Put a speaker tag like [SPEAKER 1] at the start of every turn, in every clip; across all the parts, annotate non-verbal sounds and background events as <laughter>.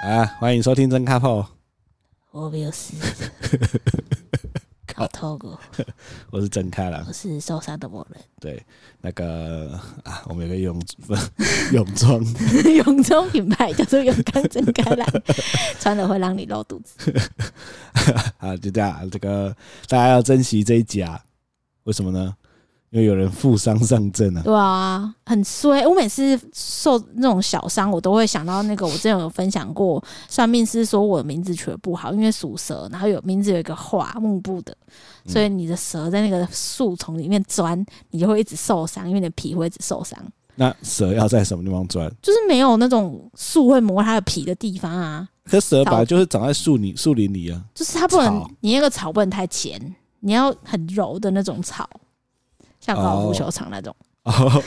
[SPEAKER 1] 啊，欢迎收听真 couple，
[SPEAKER 2] 我没有 <laughs> 事，搞透过，
[SPEAKER 1] 我是真开朗
[SPEAKER 2] 我。是受伤的某人。
[SPEAKER 1] 对，那个啊，我们有个泳泳装， <laughs>
[SPEAKER 2] <laughs> 泳装品牌叫做泳刚真开朗，穿了会让你露肚子。
[SPEAKER 1] 啊，就这样。这个大家要珍惜这一家，为什么呢？因为有人负伤上阵啊。
[SPEAKER 2] 对啊，很衰。我每次受那种小伤，我都会想到那个，我之前有分享过，算命师说我的名字取得不好，因为属蛇，然后有名字有一个画木部的，所以你的蛇在那个树丛里面钻，你就会一直受伤，因为你的皮会一直受伤。
[SPEAKER 1] 那蛇要在什么地方钻？
[SPEAKER 2] 就是没有那种树会磨它的皮的地方啊，
[SPEAKER 1] 可蛇本来就是长在树林树林里啊。 <laughs>
[SPEAKER 2] 就是它不能
[SPEAKER 1] 草，
[SPEAKER 2] 你那个草不能太浅，你要很柔的那种草，像高尔夫球场那种。
[SPEAKER 1] 哦，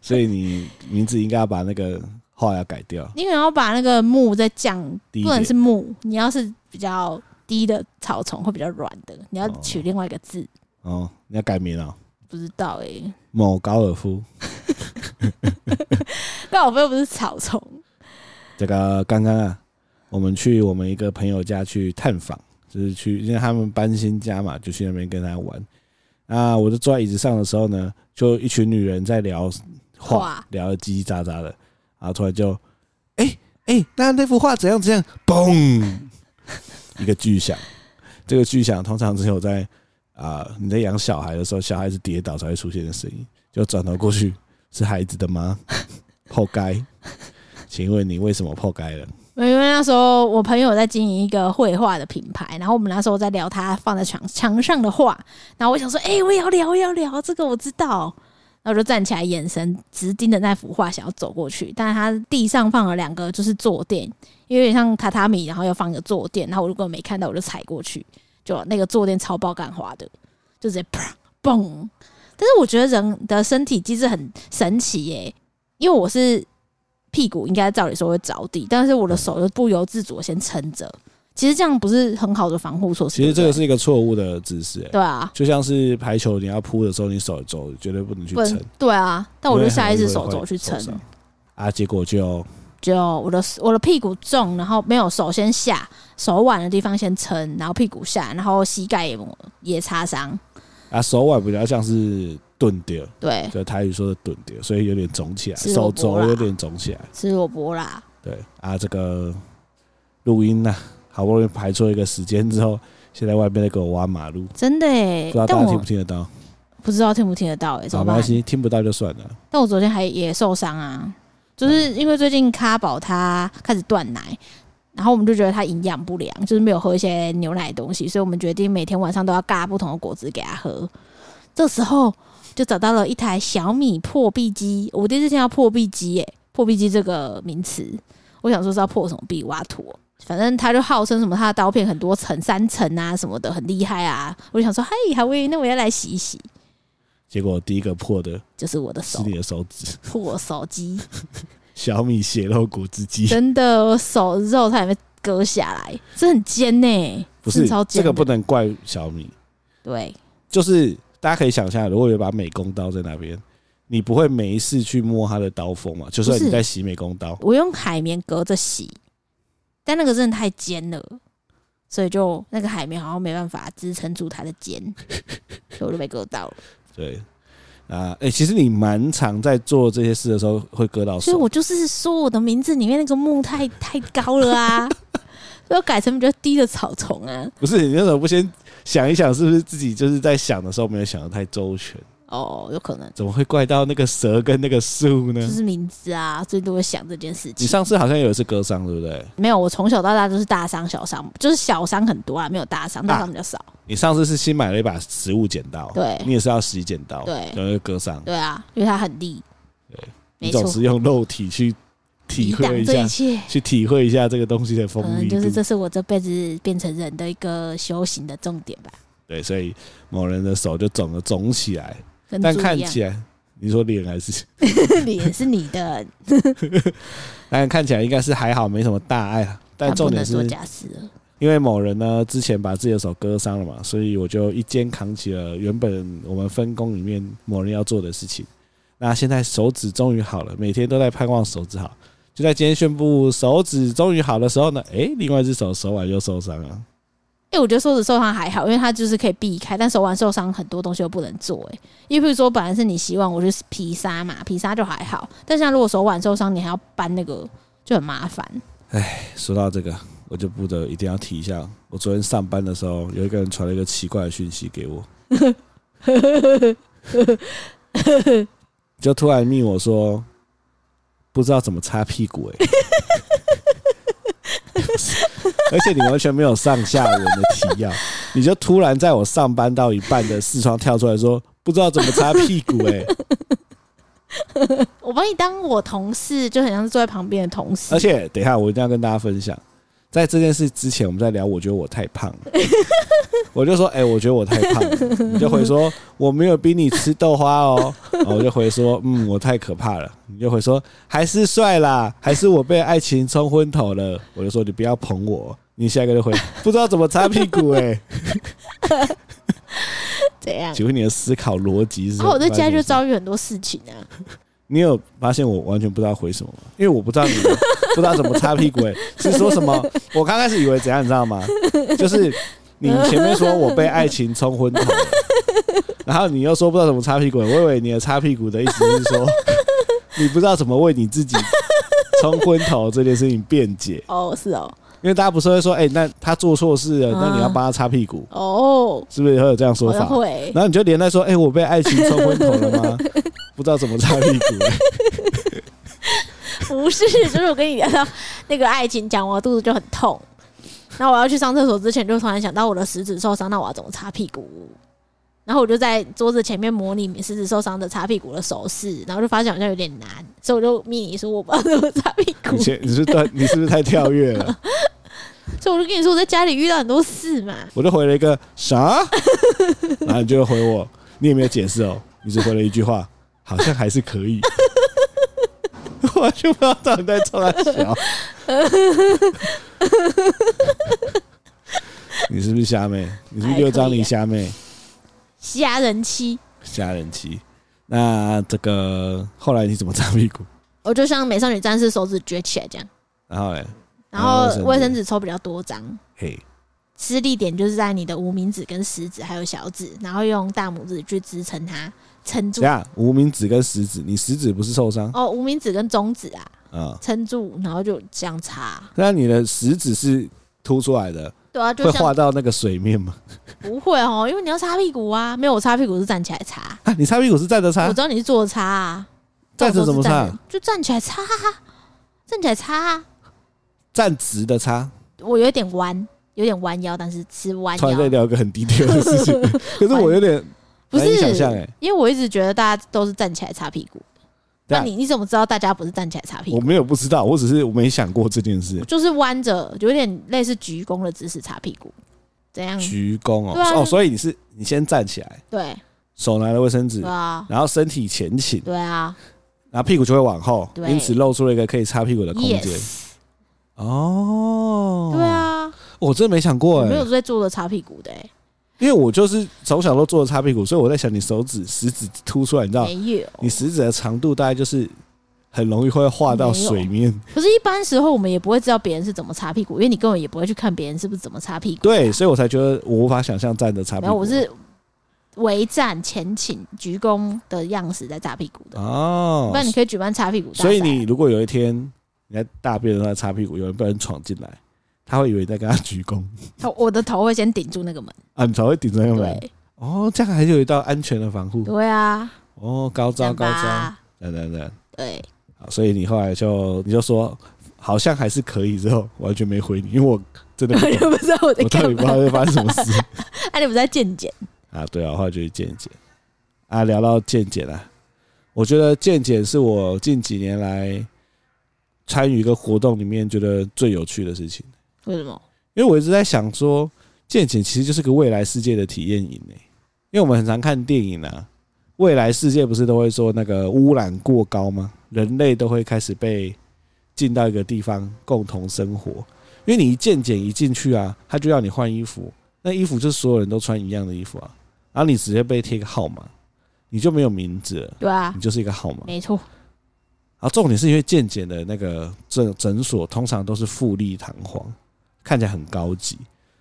[SPEAKER 1] 所以你名字应该要把那个话要改掉。
[SPEAKER 2] 你可能要把那个木再降，
[SPEAKER 1] 低一
[SPEAKER 2] 不能
[SPEAKER 1] 点
[SPEAKER 2] 是木，你要是比较低的草丛会比较软的，你要
[SPEAKER 1] 哦
[SPEAKER 2] 取另外一个字，
[SPEAKER 1] 哦，你要改名了、
[SPEAKER 2] 不知道欸诶、
[SPEAKER 1] 某高尔夫。
[SPEAKER 2] 高尔夫又不是草丛，
[SPEAKER 1] 这个刚刚啊，我们去我们一个朋友家去探访，就是去因为他们搬新家嘛，就去那边跟他玩。啊，我就坐在椅子上的时候呢，就一群女人在聊画
[SPEAKER 2] 画，
[SPEAKER 1] 聊的叽叽喳喳的，然后突然就，哎、哎、那那幅画怎样怎样，嘣， <laughs> 一个巨响。这个巨响通常只有在啊、你在养小孩的时候，小孩子跌倒才会出现的声音。就转头过去，是孩子的吗？破该，请问你为什么破该了？
[SPEAKER 2] 因为那时候我朋友在经营一个绘画的品牌，然后我们那时候在聊他放在墙墙上的画，然后我想说，哎、我也要聊，我也要聊，这个我知道。然后我就站起来，眼神直盯着那幅画，想要走过去，但是他地上放了两个就是坐垫，因为有点像榻榻米，然后又放一个坐垫，然后我如果没看到，我就踩过去，就那个坐垫超爆干滑的，就直接啪嘣。但是我觉得人的身体机制很神奇耶、因为我是屁股应该照理说会着地，但是我的手就不由自主地先撑着。其实这样不是很好的防护措施。
[SPEAKER 1] 其实这
[SPEAKER 2] 对
[SPEAKER 1] 个
[SPEAKER 2] 不对
[SPEAKER 1] 是一个错误的姿势、欸，
[SPEAKER 2] 对啊，
[SPEAKER 1] 就像是排球，你要扑的时候，你手肘绝对不能去
[SPEAKER 2] 不
[SPEAKER 1] 撑
[SPEAKER 2] 能，对啊，但我
[SPEAKER 1] 因
[SPEAKER 2] 就
[SPEAKER 1] 为
[SPEAKER 2] 下意识
[SPEAKER 1] 很容
[SPEAKER 2] 手
[SPEAKER 1] 易
[SPEAKER 2] 肘
[SPEAKER 1] 会
[SPEAKER 2] 去
[SPEAKER 1] 受
[SPEAKER 2] 撑，
[SPEAKER 1] 伤啊，结果就
[SPEAKER 2] 就我的我的屁股重，然后没有手先下，手腕的地方先撑，然后屁股下，然后膝盖也磨也擦伤，
[SPEAKER 1] 啊手腕比较像是钝掉，
[SPEAKER 2] 对，
[SPEAKER 1] 就台语说的钝掉，所以有点肿起来，
[SPEAKER 2] 是萝
[SPEAKER 1] 手
[SPEAKER 2] 卜啦
[SPEAKER 1] 肘有点肿起来。
[SPEAKER 2] 吃萝卜啦，
[SPEAKER 1] 对啊，这个录音呐、好不容易排出一个时间之后，现在外面在给我挖马路，
[SPEAKER 2] 真的
[SPEAKER 1] 不
[SPEAKER 2] 耶
[SPEAKER 1] 知道。
[SPEAKER 2] 哎但
[SPEAKER 1] 大家听
[SPEAKER 2] 我
[SPEAKER 1] 不听得到？
[SPEAKER 2] 不知道听不听得到哎，怎
[SPEAKER 1] 好，
[SPEAKER 2] 么
[SPEAKER 1] 没关？
[SPEAKER 2] 办
[SPEAKER 1] 系，听不到就算了。
[SPEAKER 2] 但我昨天还也受伤啊，就是因为最近咖宝它开始断奶，然后我们就觉得它营养不良，就是没有喝一些牛奶的东西，所以我们决定每天晚上都要尬不同的果汁给它喝。这时候就找到了一台小米破壁机，我第一次听到破壁机耶、破壁机这个名词，我想说是要破什么壁，挖土哦、反正他就号称什么他的刀片很多层、三层啊什么的，很厉害啊！我就想说，嗨，好喂，那我要来洗一洗，
[SPEAKER 1] 结果第一个破的
[SPEAKER 2] 就是我的
[SPEAKER 1] 是
[SPEAKER 2] 手
[SPEAKER 1] 你的手指，
[SPEAKER 2] 破手机。
[SPEAKER 1] 小米血肉果汁机。
[SPEAKER 2] 真的，我手肉差点被割下来，这很尖呢、
[SPEAKER 1] <laughs> 不是
[SPEAKER 2] 真的超尖
[SPEAKER 1] 这个
[SPEAKER 2] 的
[SPEAKER 1] 不能怪小米，
[SPEAKER 2] 对，
[SPEAKER 1] 就是大家可以想象，如果有一把美工刀在那边，你不会没事去摸它的刀锋嘛？就算
[SPEAKER 2] 不
[SPEAKER 1] 你
[SPEAKER 2] 是
[SPEAKER 1] 在洗美工刀，
[SPEAKER 2] 我用海绵隔着洗，但那个真的太尖了，所以就那个海绵好像没办法支撑住它的 <laughs> 尖，所以我就被割到了。
[SPEAKER 1] 对啊，哎、其实你蛮常在做这些事的时候会割到
[SPEAKER 2] 所以
[SPEAKER 1] 手
[SPEAKER 2] 我，就是说，我的名字里面那个木太太高了啊， <laughs> 所以我改成比较低的草丛啊。
[SPEAKER 1] 不是你为什么不先想一想，是不是自己就是在想的时候没有想的太周全？
[SPEAKER 2] 哦，有可能
[SPEAKER 1] 怎么会怪到那个蛇跟那个树呢
[SPEAKER 2] 就？是名字啊，最多想这件事
[SPEAKER 1] 你
[SPEAKER 2] 情。
[SPEAKER 1] 上次好像有一次割伤，对不对？
[SPEAKER 2] 没有，我从小到大都是大伤小伤，就是小伤很多啊，没有大伤，大
[SPEAKER 1] 啊
[SPEAKER 2] 伤比较少。
[SPEAKER 1] 你上次是新买了一把食物剪刀，
[SPEAKER 2] 对
[SPEAKER 1] 你也是要洗剪刀，
[SPEAKER 2] 对
[SPEAKER 1] 然后就割伤，
[SPEAKER 2] 对啊，因为它很利，
[SPEAKER 1] 你
[SPEAKER 2] 没
[SPEAKER 1] 总
[SPEAKER 2] 错，
[SPEAKER 1] 是用肉体去体
[SPEAKER 2] 抵挡
[SPEAKER 1] 会一
[SPEAKER 2] 这
[SPEAKER 1] 下
[SPEAKER 2] 一，切。
[SPEAKER 1] 去体会一下这个东西的锋
[SPEAKER 2] 可能
[SPEAKER 1] 利
[SPEAKER 2] 就是
[SPEAKER 1] 度。
[SPEAKER 2] 这是我这辈子变成人的一个修行的重点吧，
[SPEAKER 1] 对，所以某人的手就肿了肿起来，
[SPEAKER 2] 跟
[SPEAKER 1] 但
[SPEAKER 2] 猪
[SPEAKER 1] 看
[SPEAKER 2] 一样， <laughs>
[SPEAKER 1] 起来，你说脸还是， <laughs>
[SPEAKER 2] 脸是你的，
[SPEAKER 1] 但看起来应该是还好，没什么大碍啊。 <laughs> 但重
[SPEAKER 2] 不能
[SPEAKER 1] 点
[SPEAKER 2] 做
[SPEAKER 1] 是
[SPEAKER 2] 家事了。
[SPEAKER 1] 因为某人呢之前把自己的手割伤了嘛，所以我就一肩扛起了原本我们分工里面某人要做的事情。那现在手指终于好了，每天都在盼望手指好。就在今天宣布手指终于好的时候呢，诶，另外一只手手腕又受伤了。
[SPEAKER 2] 哎、我觉得手指受伤还好，因为它就是可以避开，但手腕受伤很多东西又不能做、欸。哎，因为比如说本来是你希望我去皮沙嘛，皮沙就还好，但现在如果手腕受伤，你还要搬那个就很麻烦。
[SPEAKER 1] 哎说到这个，我就不得一定要提一下，我昨天上班的时候，有一个人传了一个奇怪的讯息给我，就突然密我说，不知道怎么擦屁股、欸， <laughs> 而且你完全没有上下文的提要，你就突然在我上班到一半的视窗跳出来说，不知道怎么擦屁股、欸，
[SPEAKER 2] 我把你当我同事，就很像是坐在旁边的同事。
[SPEAKER 1] 而且等一下，我一定要跟大家分享，在这件事之前，我们在聊，我觉得我太胖
[SPEAKER 2] <laughs>
[SPEAKER 1] 了，我就说，哎、我觉得我太胖了，你就回说我没有逼你吃豆花哦，然后我就回说，嗯，我太可怕了，你就回说还是帅啦，还是我被爱情冲昏头了，我就说你不要捧我。你下一个就回，不知道怎么擦屁股哎、
[SPEAKER 2] 怎样？
[SPEAKER 1] 请问你的思考逻辑是什
[SPEAKER 2] 然
[SPEAKER 1] 么？
[SPEAKER 2] 后哦我在家就
[SPEAKER 1] 找
[SPEAKER 2] 遭遇很多事情啊，
[SPEAKER 1] 你有发现我完全不知道回什么吗？因为我不知道你的不知道怎么擦屁股、欸，是说什么？我刚开始以为怎样，你知道吗？就是你前面说我被爱情冲昏头了，然后你又说不知道怎么擦屁股、我以为你的擦屁股的意思是说你不知道怎么为你自己冲昏头这件事情辩解，
[SPEAKER 2] 哦，是哦，
[SPEAKER 1] 因为大家不是会说，哎、那他做错事了，那你要帮他擦屁股，
[SPEAKER 2] 哦，
[SPEAKER 1] 是不是会有这样说
[SPEAKER 2] 我要
[SPEAKER 1] 法？
[SPEAKER 2] 会，
[SPEAKER 1] 然后你就连带说：“哎、我被爱情冲昏头了吗？不知道怎么擦屁股、欸。
[SPEAKER 2] 不是， <laughs> 就是我跟你聊到那个爱情，讲我肚子就很痛，然后我要去上厕所之前，就突然想到我的食指受伤，那我要怎么擦屁股？然后我就在桌子前面模拟食指受伤的擦屁股的手势，然后就发现好像有点难，所以我就密你说我不知道怎么擦屁股
[SPEAKER 1] 你，先，你是不是你是不是太跳跃了？
[SPEAKER 2] 所以我就跟你说我在家里遇到很多事嘛，
[SPEAKER 1] 我就回了一个啥，然后你就回我，你也没有解释哦，你只回了一句话，好像还是可以。 <laughs> 我完全不知道到底在冲他笑。你是不是虾妹？你是不是又张你虾妹？
[SPEAKER 2] 虾人妻。
[SPEAKER 1] 虾人妻？那这个后来你怎么擦屁股？
[SPEAKER 2] 我就像美少女战士手指撅起来这样，
[SPEAKER 1] 然后嘞，
[SPEAKER 2] 然后
[SPEAKER 1] 啊卫
[SPEAKER 2] 卫
[SPEAKER 1] 生
[SPEAKER 2] 哦生
[SPEAKER 1] 纸
[SPEAKER 2] 纸抽比较多张，
[SPEAKER 1] 嘿，
[SPEAKER 2] 吃力点就是在你的无名指、跟食指还有小指，然后用大拇指去支撑它，撑住
[SPEAKER 1] 怎。样？无名指跟食指，你食指不是受伤啊？
[SPEAKER 2] 哦，无名指跟中指啊，
[SPEAKER 1] 嗯
[SPEAKER 2] 撑住，然后就这样擦。
[SPEAKER 1] 那你的食指是凸出来的，
[SPEAKER 2] 对
[SPEAKER 1] 会
[SPEAKER 2] 啊，就
[SPEAKER 1] 划
[SPEAKER 2] 像
[SPEAKER 1] 到那个水面吗？ <laughs>
[SPEAKER 2] 不会哦，因为你要擦屁股啊。没有，我擦屁股是站起来擦。
[SPEAKER 1] 啊，你擦屁股是站着
[SPEAKER 2] 我
[SPEAKER 1] 擦
[SPEAKER 2] 知，道你是坐着擦啊，
[SPEAKER 1] 站着怎么
[SPEAKER 2] 但我都是
[SPEAKER 1] 擦
[SPEAKER 2] 站？？就站起来擦啊，站起来擦啊。
[SPEAKER 1] 站直的擦。
[SPEAKER 2] 我有点弯，有点弯腰，但是是弯
[SPEAKER 1] 突然在
[SPEAKER 2] 腰，
[SPEAKER 1] 聊一个很低调的事
[SPEAKER 2] <laughs>
[SPEAKER 1] 情，可是我有点
[SPEAKER 2] 不
[SPEAKER 1] 难以
[SPEAKER 2] 是
[SPEAKER 1] 想象欸
[SPEAKER 2] 因为我一直觉得大家都是站起来擦屁股。
[SPEAKER 1] 对啊
[SPEAKER 2] 那你你怎么知道大家不是站起来擦屁
[SPEAKER 1] 我
[SPEAKER 2] 股？
[SPEAKER 1] 没有不知道，我只是我没想过这件事。
[SPEAKER 2] 就是弯着，有点类似鞠躬的姿势擦屁股，怎样？
[SPEAKER 1] 鞠躬
[SPEAKER 2] 对啊
[SPEAKER 1] 哦，哦，所以你是你先站起来，
[SPEAKER 2] 对
[SPEAKER 1] 手拿了卫生纸
[SPEAKER 2] 对，啊，
[SPEAKER 1] 然后身体前倾，
[SPEAKER 2] 对啊
[SPEAKER 1] 然后屁股就会往后，
[SPEAKER 2] 对
[SPEAKER 1] 因此露出了一个可以擦屁股的空间。
[SPEAKER 2] ，yes，
[SPEAKER 1] 哦，
[SPEAKER 2] 对，啊，
[SPEAKER 1] 我真的没想过
[SPEAKER 2] 我
[SPEAKER 1] 哎
[SPEAKER 2] 没，有在坐着擦屁股的欸，
[SPEAKER 1] 因为我就是从小都做着擦屁股，所以我在想你手指食指凸出来，你知道，
[SPEAKER 2] 没有。
[SPEAKER 1] 你食指的长度大概就是很容易会划到水面。
[SPEAKER 2] 可是，一般时候我们也不会知道别人是怎么擦屁股，因为你根本也不会去看别人是不是怎么擦屁股。
[SPEAKER 1] 对，所以我才觉得我无法想象站着擦屁
[SPEAKER 2] 然后
[SPEAKER 1] 股。
[SPEAKER 2] 我是围站前倾鞠躬的样子在擦屁股的，
[SPEAKER 1] 哦
[SPEAKER 2] 不，然你可以举办擦屁股大赛。
[SPEAKER 1] 所以你如果有一天你在大便的时候擦屁股，有人被人闯进来，他会以为你在跟他鞠躬 <laughs>
[SPEAKER 2] 我的头会先顶住那个门，
[SPEAKER 1] 啊，你才会顶着那个门
[SPEAKER 2] 对，
[SPEAKER 1] 哦，这样还有一道安全的防护
[SPEAKER 2] 对啊，
[SPEAKER 1] 哦，高招
[SPEAKER 2] 讲
[SPEAKER 1] 高招，
[SPEAKER 2] 吧，
[SPEAKER 1] 等等等，
[SPEAKER 2] 对， <laughs>
[SPEAKER 1] 好所以你后来就你就说好像还是可以，之后完全没回你，因为我真的
[SPEAKER 2] <laughs>
[SPEAKER 1] 不
[SPEAKER 2] 我
[SPEAKER 1] 懂
[SPEAKER 2] 就不知道我在
[SPEAKER 1] 我到
[SPEAKER 2] 干
[SPEAKER 1] 底不知
[SPEAKER 2] 嘛
[SPEAKER 1] 道。在发生什么事。
[SPEAKER 2] 啊，你不是在健检？
[SPEAKER 1] <laughs> 啊，对啊，后来就是健检啊，聊到健检啊，我觉得健检是我近几年来参与一个活动里面觉得最有趣的事情，
[SPEAKER 2] 为什么？
[SPEAKER 1] 因为我一直在想说，健检其实就是个未来世界的体验营诶、欸因为我们很常看电影啊，未来世界不是都会说那个污染过高吗？人类都会开始被进到一个地方共同生活，因为你一健检一进去啊，他就要你换衣服，那衣服就是所有人都穿一样的衣服啊，然后你直接被贴个号码，你就没有名字了，
[SPEAKER 2] 对啊
[SPEAKER 1] 你，就是一个号码。
[SPEAKER 2] 没错，
[SPEAKER 1] 啊，重点是因为健检的那个诊诊所通常都是富丽堂皇，看起来很高级，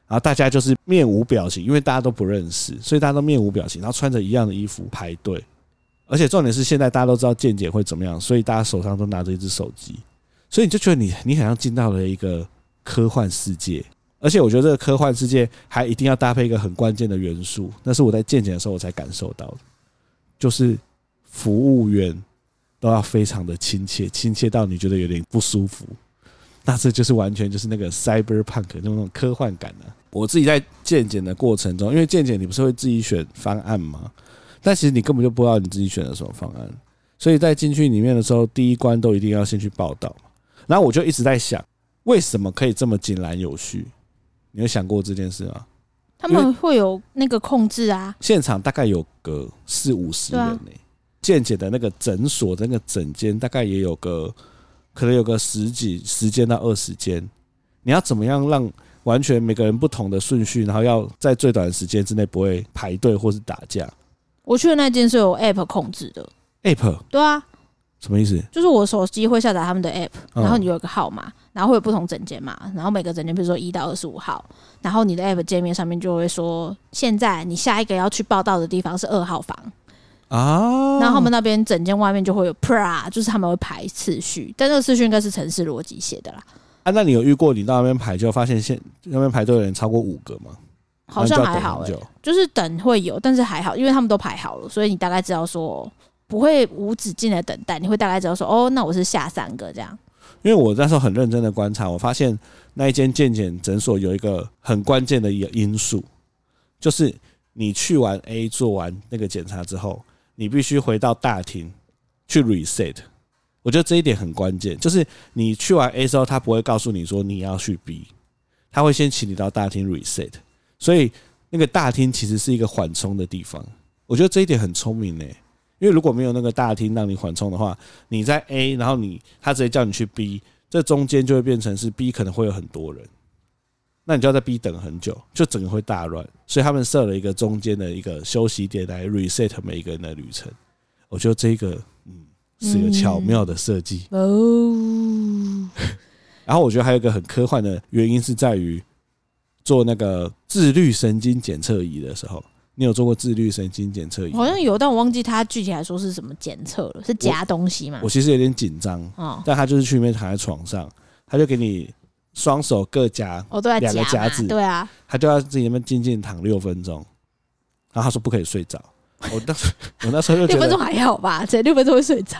[SPEAKER 1] 然后大家就是面无表情，因为大家都不认识，所以大家都面无表情，然后穿着一样的衣服排队。而且重点是现在大家都知道健检会怎么样，所以大家手上都拿着一只手机，所以你就觉得你你好像进到了一个科幻世界。而且我觉得这个科幻世界还一定要搭配一个很关键的元素，那是我在健检的时候我才感受到的，就是服务员都要非常的亲切，亲切到你觉得有点不舒服。那这就是完全就是那个 cyberpunk 那种科幻感啊。我自己在健检的过程中，因为健检你不是会自己选方案吗？但其实你根本就不知道你自己选的什么方案，所以在进去里面的时候，第一关都一定要先去报道嘛。然后我就一直在想，为什么可以这么井然有序？你有想过这件事吗？
[SPEAKER 2] 他
[SPEAKER 1] 因
[SPEAKER 2] 们会有那个控制啊，
[SPEAKER 1] 现场大概有个四五十
[SPEAKER 2] 对
[SPEAKER 1] 人
[SPEAKER 2] 啊
[SPEAKER 1] 呢、健检的那个诊所的那个诊间大概也有个，可能有个十几十间到二十间。你要怎么样让完全每个人不同的顺序，然后要在最短的时间之内不会排队或是打架
[SPEAKER 2] 我去的那间是有 app 控制的，
[SPEAKER 1] ？App
[SPEAKER 2] 对啊，
[SPEAKER 1] 什么意思？
[SPEAKER 2] 就是我手机会下载他们的 app，
[SPEAKER 1] 嗯
[SPEAKER 2] 然后你有一个号码，然后会有不同整间嘛，然后每个整间比如说一到二十五号，然后你的 app 界面上面就会说，现在你下一个要去报道的地方是二号房，
[SPEAKER 1] 啊，
[SPEAKER 2] 然后他们那边整间外面就会有 pra，就是他们会排次序，但这个次序应该是城市逻辑写的啦，
[SPEAKER 1] 啊，那你有遇过你到那边排就发现现那边排队的人超过五个吗？
[SPEAKER 2] 好像
[SPEAKER 1] 然后
[SPEAKER 2] 还
[SPEAKER 1] 你就要
[SPEAKER 2] 好
[SPEAKER 1] 等
[SPEAKER 2] 诶、
[SPEAKER 1] 很久
[SPEAKER 2] 就是等会有，但是还好，因为他们都排好了，所以你大概知道说不会无止境的等待，你会大概知道说哦，那我是下三个这样。
[SPEAKER 1] 因为我那时候很认真的观察，我发现那一间健检诊所有一个很关键的一个因素，就是你去完 A 做完那个检查之后，你必须回到大厅去 reset。我觉得这一点很关键，就是你去完 A 之后，他不会告诉你说你要去 B，他会先请你到大厅 reset。所以那个大厅其实是一个缓冲的地方。我觉得这一点很聪明呢、因为如果没有那个大厅让你缓冲的话，你在 A，然后你他直接叫你去 B，这中间就会变成是 B 可能会有很多人，那你就要在 B 等很久，就整个会大乱。所以他们设了一个中间的一个休息点来 reset 每一个人的旅程。我觉得这个嗯是一个巧妙的设计。
[SPEAKER 2] 嗯哦，
[SPEAKER 1] 然后我觉得还有一个很科幻的原因是在于做那个自律神经检测仪的时候，你有做过自律神经检测仪吗？
[SPEAKER 2] 好像有，但我忘记它具体来说是什么检测了，是夹东西嘛
[SPEAKER 1] 我？其实有点紧张，
[SPEAKER 2] 哦
[SPEAKER 1] 但他就是去里面躺在床上，他就给你双手各夹，
[SPEAKER 2] 哦，对啊，
[SPEAKER 1] 两个
[SPEAKER 2] 夹
[SPEAKER 1] 夹
[SPEAKER 2] 嘛
[SPEAKER 1] 子
[SPEAKER 2] 对啊，
[SPEAKER 1] 他就要自己那边静静躺六分钟，然后他说不可以睡着。我当时 <laughs> 我那时候就
[SPEAKER 2] 六
[SPEAKER 1] 觉
[SPEAKER 2] 分钟
[SPEAKER 1] 得，
[SPEAKER 2] 还好吧？ <laughs> 这六分钟会睡着。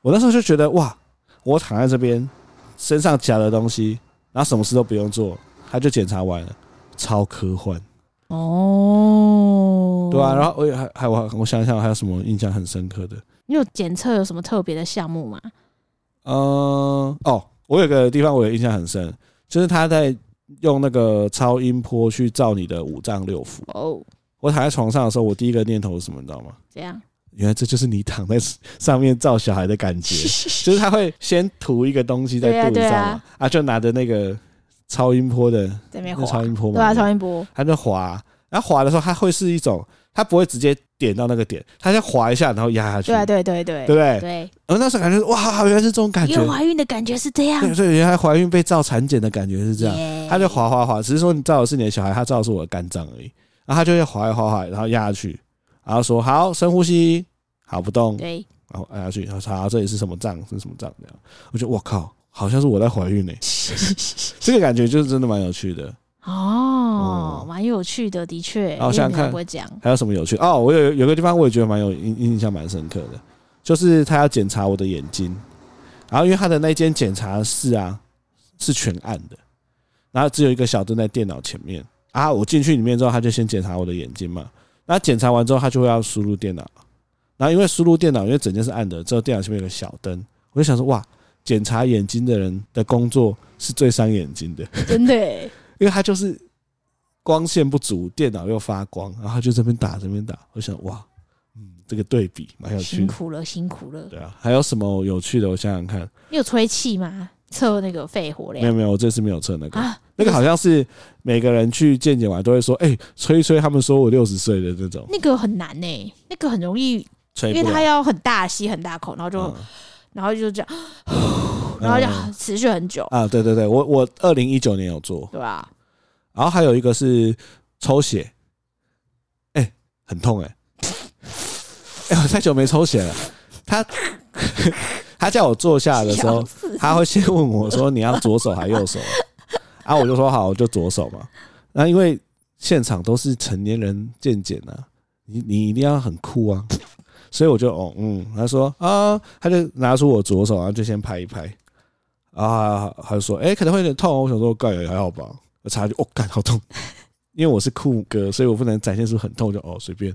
[SPEAKER 1] 我那时候就觉得哇，我躺在这边，身上夹的东西，然后什么事都不用做，他就检查完了，超科幻。
[SPEAKER 2] 哦
[SPEAKER 1] 对啊，然后我也还还我我想想还有什么印象很深刻的？
[SPEAKER 2] 你有检测有什么特别的项目吗？
[SPEAKER 1] 嗯，哦，我有个地方我有印象很深，就是他在用那个超音波去照你的五脏六腑。
[SPEAKER 2] 哦，
[SPEAKER 1] 我躺在床上的时候，我第一个念头是什么，你知道吗？
[SPEAKER 2] 这样，
[SPEAKER 1] 原来这就是你躺在上面照小孩的感觉，
[SPEAKER 2] <laughs>
[SPEAKER 1] 就是他会先涂一个东西在肚子上嘛，
[SPEAKER 2] 对啊对
[SPEAKER 1] 啊
[SPEAKER 2] 啊
[SPEAKER 1] 就拿着那个超音波的，
[SPEAKER 2] 在那边
[SPEAKER 1] 那
[SPEAKER 2] 滑
[SPEAKER 1] 超，音波嘛，
[SPEAKER 2] 对啊，超音波，
[SPEAKER 1] 他就滑，然后滑的时候，它会是一种，它不会直接点到那个点，它先滑一下，然后压下去，
[SPEAKER 2] 对啊，对对对
[SPEAKER 1] 对不对？
[SPEAKER 2] 对，
[SPEAKER 1] 然后那时候感觉哇，原来是这种感觉
[SPEAKER 2] 因为，怀孕的感觉是这样，
[SPEAKER 1] 对，所以原来怀孕被照产检的感觉是这样，
[SPEAKER 2] 耶
[SPEAKER 1] 他就滑滑滑，只是说你照的是你的小孩，他照的是我的肝脏而已，然后他就会滑一滑滑，然后压下去，然后说好深呼吸，好不动，
[SPEAKER 2] 对，
[SPEAKER 1] 然后按下去，然后查到这里是什么脏，是什么脏这样，我觉得我靠，欸好像是我在怀孕呢、这个感觉就是真的蛮有趣的
[SPEAKER 2] 哦，哦，蛮有趣的，的确。
[SPEAKER 1] 好我想想
[SPEAKER 2] 因为你还
[SPEAKER 1] 看
[SPEAKER 2] 不会讲， <laughs>
[SPEAKER 1] 还有什么有趣？哦，我有有个地方我也觉得蛮有印印象蛮深刻的，就是他要检查我的眼睛，然后因为他的那间检查室啊是全暗的，然后只有一个小灯在电脑前面啊。我进去里面之后，他就先检查我的眼睛嘛，那检查完之后，他就会要输入电脑，然后因为输入电脑，因为整间是暗的，之后电脑前面有个小灯，我就想说哇，检查眼睛的人的工作是最伤眼睛的。
[SPEAKER 2] 真的耶。
[SPEAKER 1] 因为他就是光线不足，电脑又发光，然后他就这边打这边打。我想哇，嗯，这个对比蛮有趣
[SPEAKER 2] 辛
[SPEAKER 1] 的。
[SPEAKER 2] 苦了，辛苦了。
[SPEAKER 1] 对啊，还有什么有趣的？我想想看，
[SPEAKER 2] 你有吹气吗？测那个肺活
[SPEAKER 1] 没有
[SPEAKER 2] 量
[SPEAKER 1] 没有，我这次没有测那个，
[SPEAKER 2] 啊？
[SPEAKER 1] 那个好像是每个人去健检完都会说，哎、吹一吹，他们说我六十岁的那种，
[SPEAKER 2] 那个很难呢，那个很容易，
[SPEAKER 1] 吹
[SPEAKER 2] 因
[SPEAKER 1] 不
[SPEAKER 2] 为它
[SPEAKER 1] 了。
[SPEAKER 2] 要很大吸很大口，然后就
[SPEAKER 1] 嗯
[SPEAKER 2] 然后就这样，然后
[SPEAKER 1] 嗯
[SPEAKER 2] 就持续很久，
[SPEAKER 1] 啊，对对对，我我二零一九年有做，
[SPEAKER 2] 对吧？
[SPEAKER 1] 然后还有一个是抽血，哎、很痛哎、哎、我太久没抽血了。他 <laughs> 他叫我坐下的时候
[SPEAKER 2] 笑，死
[SPEAKER 1] 他会先问我说你要左手还右手，啊，我就说好，我就左手嘛。那因为现场都是成年人健检啊，你你一定要很酷啊，所以我就哦嗯，他说啊，他就拿出我左手，然后就先拍一拍，啊，他就说哎、可能会有点痛哦，我想说干也还好吧，我察觉哦干好痛， <laughs> 因为我是酷哥，所以我不能展现出很痛，我就哦随便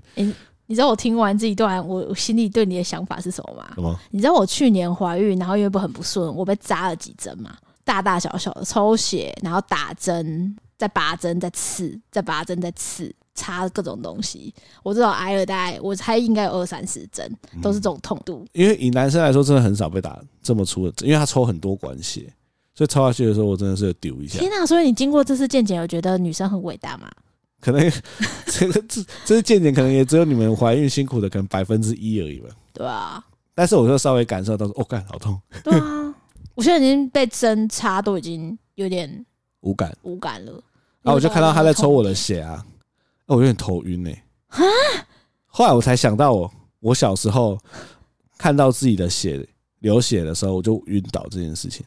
[SPEAKER 2] 你知道我听完这一段，我我心里对你的想法是什么吗
[SPEAKER 1] 什？么
[SPEAKER 2] 你知道我去年怀孕，然后因为不很不顺，我被扎了几针嘛，大大小小的抽血，然后打针，再拔针，再刺，再拔针，再刺，插各种东西。我至少挨了大概，我猜应该有二三十针，
[SPEAKER 1] 嗯
[SPEAKER 2] 都是这种痛度。
[SPEAKER 1] 因为以男生来说，真的很少被打这么粗的针，因为他抽很多管血，所以抽下去的时候，我真的是有丢一下。
[SPEAKER 2] 天哪、所以你经过这次健检，有觉得女生很伟大吗？
[SPEAKER 1] 可能 <laughs> 这个这这是见解，可能也只有你们怀孕辛苦的可能百分之一而已吧。
[SPEAKER 2] 对啊，
[SPEAKER 1] 但是我就稍微感受到说，哦，干好痛，
[SPEAKER 2] 对啊，我现在已经被针插都已经有点
[SPEAKER 1] 无感。
[SPEAKER 2] 无感了。
[SPEAKER 1] 然啊后我就看到他在抽我的血啊，哦我有点头晕呢、后来我才想到我，我小时候看到自己的血流血的时候，我就晕倒这件事情。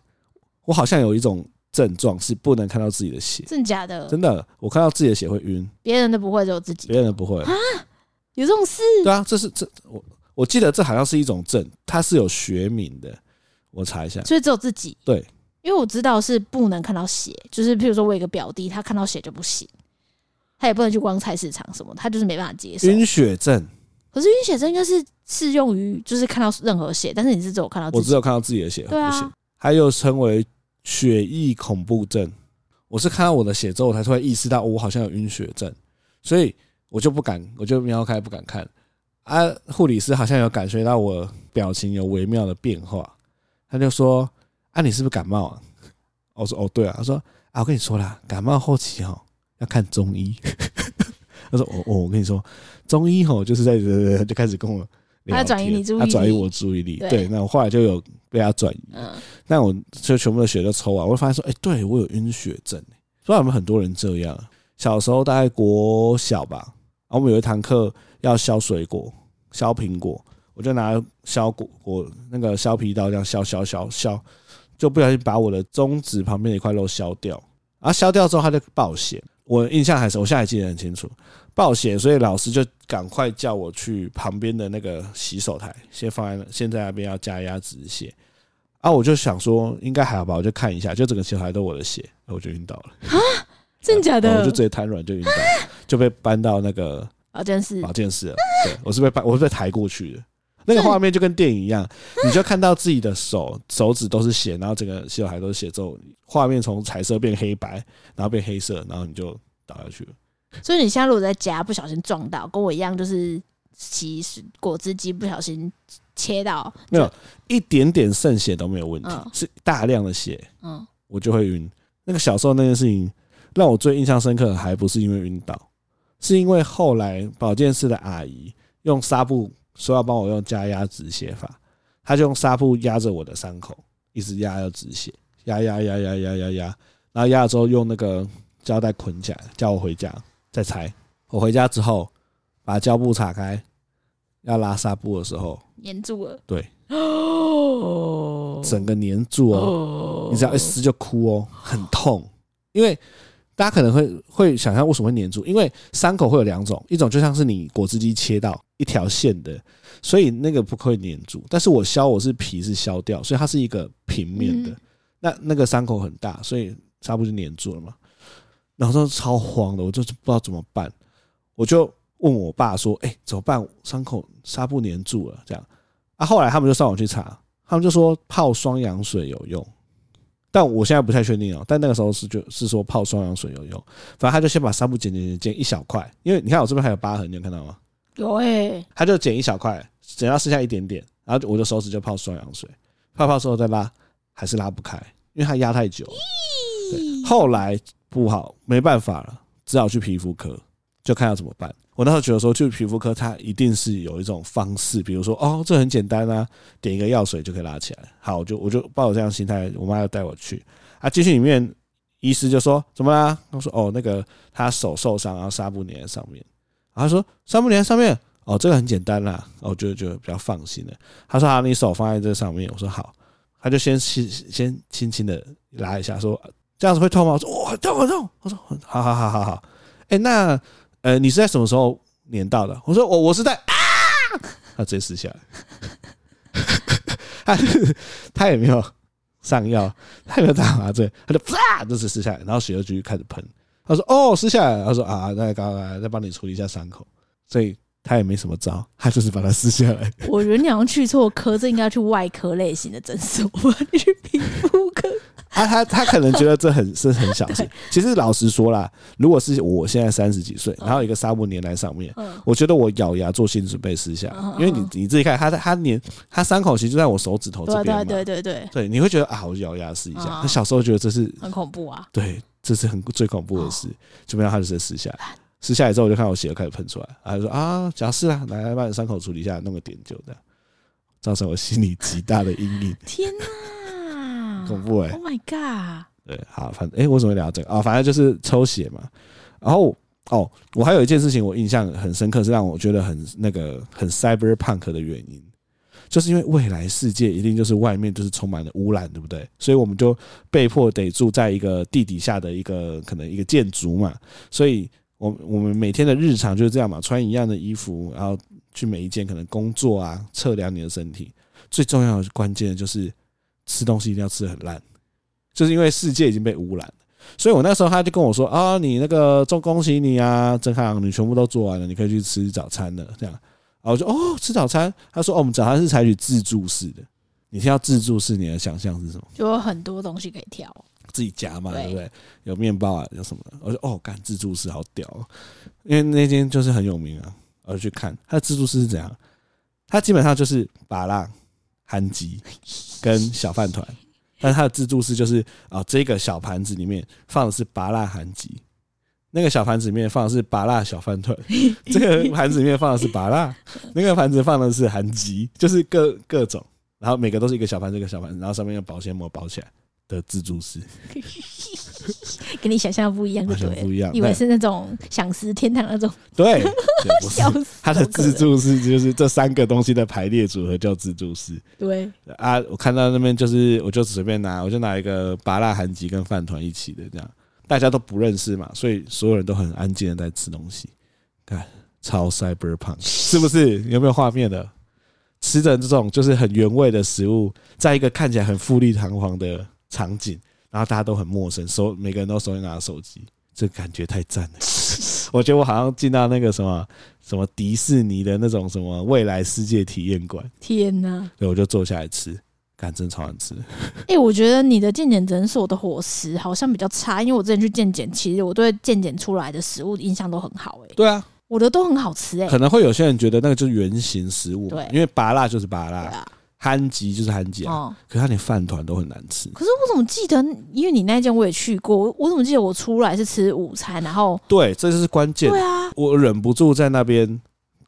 [SPEAKER 1] 我好像有一种症状是不能看到自己的血，
[SPEAKER 2] 真的假的？
[SPEAKER 1] 真的，我看到自己的血会晕，
[SPEAKER 2] 别人的不会，只有自己
[SPEAKER 1] 别人的不会。
[SPEAKER 2] 有这种事。
[SPEAKER 1] 对啊，这是这我我记得这好像是一种症，它是有学名的，我查一下。
[SPEAKER 2] 所以只有自己。
[SPEAKER 1] 对，
[SPEAKER 2] 因为我知道是不能看到血，就是譬如说我有一个表弟，他看到血就不行，他也不能去逛菜市场什么，他就是哦没办法接受。
[SPEAKER 1] 晕血症，
[SPEAKER 2] 可是晕血症应该是适用于就是看到任何血，但是你是只有看到
[SPEAKER 1] 我只
[SPEAKER 2] 自己。
[SPEAKER 1] 有看到自己的血，
[SPEAKER 2] 对啊
[SPEAKER 1] 不行。还有称为血液恐怖症，我是看到我的血之后，我才突然意识到、哦我好像有晕血症，所以我就不敢，我就瞄开不敢看。啊，护理师好像有感觉到我表情有微妙的变化，他就说：“啊，你是不是感冒啊？”我说：“哦，对啊。”他说：“啊，我跟你说啦，感冒后期哦要看中医。” <laughs> 他说：“哦哦，我跟你说，中医吼就是在就开始跟我聊天，
[SPEAKER 2] 他转移你注意
[SPEAKER 1] 他转移
[SPEAKER 2] 力
[SPEAKER 1] 我注意力。
[SPEAKER 2] 对
[SPEAKER 1] 对，那我后来就有被他转移，
[SPEAKER 2] 嗯，
[SPEAKER 1] 那我就全部的血都抽完，我会发现说：哎、对我有晕血症、不知道有没有很多人这样啊？小时候大概国小吧，然后我们有一堂课要削水果、削苹果，我就拿削果果那个削皮刀这样削削削削，就不小心把我的中指旁边的一块肉削掉，然后削掉之后它就爆血，我印象还是我现在还记得很清楚，爆血，所以老师就赶快叫我去旁边的那个洗手台，先放在那先在那边要加压止血。啊，我就想说应该还好吧，我就看一下，就整个洗手台都我的血，我就晕倒了。啊
[SPEAKER 2] 真的假
[SPEAKER 1] 然后
[SPEAKER 2] 的？
[SPEAKER 1] 哦我就直接瘫软就晕倒，就被搬到那个
[SPEAKER 2] 啊，真是
[SPEAKER 1] 保健室了。对，我是被搬，我是被抬过去的。那个画面就跟电影一样，你就看到自己的手手指都是血，然后整个洗手台都是血之后，画面从彩色变黑白，然后变黑色，然后你就倒下去了。
[SPEAKER 2] 所以你现在如果在家不小心撞到，跟我一样，就是骑果汁机不小心切到，
[SPEAKER 1] 没有一点点渗血都没有问题
[SPEAKER 2] 嗯，
[SPEAKER 1] 是大量的血
[SPEAKER 2] 嗯，
[SPEAKER 1] 我就会晕。那个小时候那件事情让我最印象深刻，还不是因为晕倒，是因为后来保健室的阿姨用纱布说要帮我用加压止血法，她就用纱布压着我的伤口，一直压要止血，压压压压压压压，然后压了之后用那个胶带捆起来，叫我回家再拆。我回家之后把胶布岔开，要拉纱布的时候，
[SPEAKER 2] 粘住了。 <gasps>
[SPEAKER 1] 对
[SPEAKER 2] 哦，
[SPEAKER 1] 整个粘住哦，
[SPEAKER 2] 哦
[SPEAKER 1] 你只要一撕就哭哦，很痛，因为大家可能会会想象为什么会粘住，因为伤口会有两种，一种就像是你果汁机切到一条线的，所以那个不会粘住。但是我削我是皮是削掉，所以它是一个平面的，
[SPEAKER 2] 嗯
[SPEAKER 1] 那那个伤口很大，所以纱布就粘住了嘛。然后就超慌的，我就是不知道怎么办，我就问我爸说：“哎、怎么办？伤口纱布粘住了。”这样啊，后来他们就上网去查，他们就说泡双氧水有用，但我现在不太确定哦、但那个时候是就是说泡双氧水有用，反正他就先把纱布剪剪剪剪一小块，因为你看我这边还有疤痕，你有看到吗？
[SPEAKER 2] 有哎、
[SPEAKER 1] 他就剪一小块，剪到剩下一点点，然后就我的手指就泡双氧水，泡泡之后再拉，还是拉不开，因为它压太久了。对，后来不好，没办法了，只好去皮肤科，就看要怎么办。我那时候觉得说，去皮肤科它一定是有一种方式，比如说哦，这很简单啊，点一个药水就可以拉起来。好，我就我就抱着这样的心态，我妈要带我去啊。进去里面，医师就说怎么啦？他说哦，那个他手受伤，然后纱布粘在上面。然后他说啊纱布粘在上面，哦，这个很简单啦，哦，就就比较放心了。他说好，你手放在这上面。我说好，他就先轻先轻轻的拉一下，说这样子会痛吗？我说哇，很痛很痛。我说好好好好好。哎、那呃，你是在什么时候粘到的？我说我我是在啊，他直接撕下来。 <laughs> 他他也没有上药，他也没有打麻醉，他就啪就是撕下来，然后血就继续开始喷。他说哦，撕下来了。他说啊，那刚刚再帮你处理一下伤口，所以他也没什么招，他就是把它撕下来。
[SPEAKER 2] <laughs> 我觉得你好像去错科，这应该要去外科类型的诊所，你去皮肤科。
[SPEAKER 1] 他他他可能觉得这很是很小事。其实老实说啦，如果是我现在三十几岁，然后有一个纱布粘在上面，
[SPEAKER 2] <laughs> 嗯，
[SPEAKER 1] 我觉得我咬牙做心理准备撕下来
[SPEAKER 2] 嗯，嗯
[SPEAKER 1] 因为你你自己看，它它粘它伤口其实就在我手指头
[SPEAKER 2] 对
[SPEAKER 1] 这
[SPEAKER 2] 啊对
[SPEAKER 1] 边
[SPEAKER 2] 啊
[SPEAKER 1] 嘛，
[SPEAKER 2] 对对对，
[SPEAKER 1] 对，你会觉得啊，我就咬牙撕一下。
[SPEAKER 2] 嗯
[SPEAKER 1] 他小时候觉得这是
[SPEAKER 2] 很恐怖啊！
[SPEAKER 1] 对，这是很最恐怖的事，
[SPEAKER 2] 哦
[SPEAKER 1] 就没让他就是撕下来。撕下来之后，我就看我血就开始喷出来，他就说啊，假释啦，来来把你伤口处理一下，弄个碘酒这样，造成我心里极大的阴影。
[SPEAKER 2] 天 <laughs> 哪，
[SPEAKER 1] 恐怖欸
[SPEAKER 2] ！Oh my god！
[SPEAKER 1] 对，好，反正哎、我怎么会聊到这个啊、反正就是抽血嘛。然后哦，我还有一件事情我印象很深刻，是让我觉得很那个很 cyberpunk 的原因，就是因为未来世界一定就是外面就是充满了污染，对不对？所以我们就被迫得住在一个地底下的一个可能一个建筑嘛，所以。我我们每天的日常就是这样嘛，穿一样的衣服，然后去每一间可能工作啊，测量你的身体。最重要的关键就是吃东西一定要吃得很烂，就是因为世界已经被污染了。所以我那时候他就跟我说啊，你那个中恭喜你啊，郑康，你全部都做完了，你可以去吃早餐了。这样，然后我就哦吃早餐，他说哦我们早餐是采取自助式的，你听到自助式，你的想象是什么？
[SPEAKER 2] 就有很多东西可以挑，
[SPEAKER 1] 自己夹嘛，
[SPEAKER 2] 对
[SPEAKER 1] 对不对？有面包啊，有什么的。我说哦，干自助式好屌、哦，因为那间就是很有名啊。我就去看它的自助式是怎样，它基本上就是把辣、韩鸡跟小饭团，但是它的自助式就是啊、这个小盘子里面放的是拔辣韩鸡，那个小盘子里面放的是拔辣小饭团，这个盘子里面放的是拔辣，那个盘子放的是韩鸡，就是各各种，然后每个都是一个小盘子，一个小盘子，然后上面用保鲜膜包起来的自助式。
[SPEAKER 2] 跟你想象的不一样，就
[SPEAKER 1] 完全
[SPEAKER 2] 对了
[SPEAKER 1] 不一样
[SPEAKER 2] 以为
[SPEAKER 1] 对
[SPEAKER 2] 是那种享食天堂那种，
[SPEAKER 1] 对，对
[SPEAKER 2] <laughs>
[SPEAKER 1] 不是
[SPEAKER 2] 笑死
[SPEAKER 1] 它的自助式就是这三个东西的排列组合叫自助式
[SPEAKER 2] 对， <laughs>
[SPEAKER 1] 啊。我看到那边就是，我就随便拿，我就拿一个拔辣韩吉跟饭团一起的这样，大家都不认识嘛，所以所有人都很安静的在吃东西，看超 cyberpunk 是不是？有没有画面的？吃着这种就是很原味的食物，在一个看起来很富丽堂皇的场景，然后大家都很陌生，手每个人都手里拿着手机，这感觉太赞了。我觉得我好像进到那个什么什么迪士尼的那种什么未来世界体验馆，
[SPEAKER 2] 天哪！
[SPEAKER 1] 对，我就坐下来吃，干真超难吃。
[SPEAKER 2] 哎、我觉得你的健检诊所的伙食好像比较差，因为我之前去健检，其实我对健检出来的食物印象都很好、欸，哎，
[SPEAKER 1] 对啊，
[SPEAKER 2] 我的都很好吃、欸，哎，
[SPEAKER 1] 可能会有些人觉得那个就是圆形食物嘛，
[SPEAKER 2] 对
[SPEAKER 1] 因为拔辣就是拔
[SPEAKER 2] 对
[SPEAKER 1] 辣，
[SPEAKER 2] 啊，
[SPEAKER 1] 憨吉就是憨吉啊，
[SPEAKER 2] 哦、
[SPEAKER 1] 可是他连饭团都很难吃。
[SPEAKER 2] 可是我怎么记得，因为你那间我也去过，我我怎么记得我出来是吃午餐，然后
[SPEAKER 1] 对，这就是关键
[SPEAKER 2] 对。啊，
[SPEAKER 1] 我忍不住在那边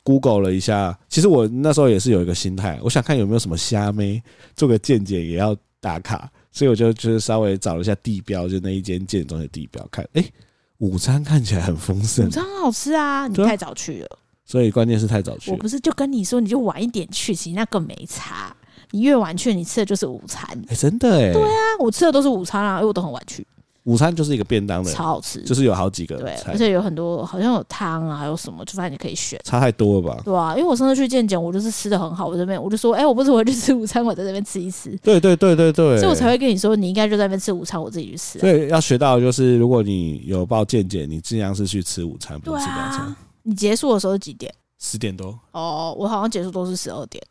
[SPEAKER 1] Google 了一下，其实我那时候也是有一个心态，我想看有没有什么虾妹做个见解也要打卡，所以我就就是稍微找了一下地标，就那一间建中的地标看，哎、午餐看起来很丰盛
[SPEAKER 2] <laughs> 午，餐很好吃啊，你
[SPEAKER 1] 对啊
[SPEAKER 2] 太早去了，
[SPEAKER 1] 所以关键是太早去
[SPEAKER 2] 我
[SPEAKER 1] 了。
[SPEAKER 2] 不是就跟你说，你就晚一点去，其实那更没差，你越晚去，你吃的就是午餐。
[SPEAKER 1] 哎、真的哎、
[SPEAKER 2] 啊但我吃的都是午餐啊，因为我都很晚去。
[SPEAKER 1] 午餐就是一个便当的，
[SPEAKER 2] 超好吃，
[SPEAKER 1] 就是有好几个
[SPEAKER 2] 对，
[SPEAKER 1] 菜
[SPEAKER 2] 而，且有很多好像有汤啊，有什么，就反正你可以选。
[SPEAKER 1] 差太多了吧？
[SPEAKER 2] 对啊，因为我上次去健检，我就是吃的很好，我这边我就说，哎、我不是回去吃午餐，我在这边吃一吃，
[SPEAKER 1] 对对对对对，
[SPEAKER 2] 所以我才会跟你说，你应该就在那边吃午餐，我自己去吃啊、
[SPEAKER 1] 所以要学到的就是，如果你有报健检，你尽量是去吃午餐，不
[SPEAKER 2] 对
[SPEAKER 1] 是吃早餐
[SPEAKER 2] 啊。，你结束的时候是几点？
[SPEAKER 1] 十点多
[SPEAKER 2] 哦，我好像结束都是十二点，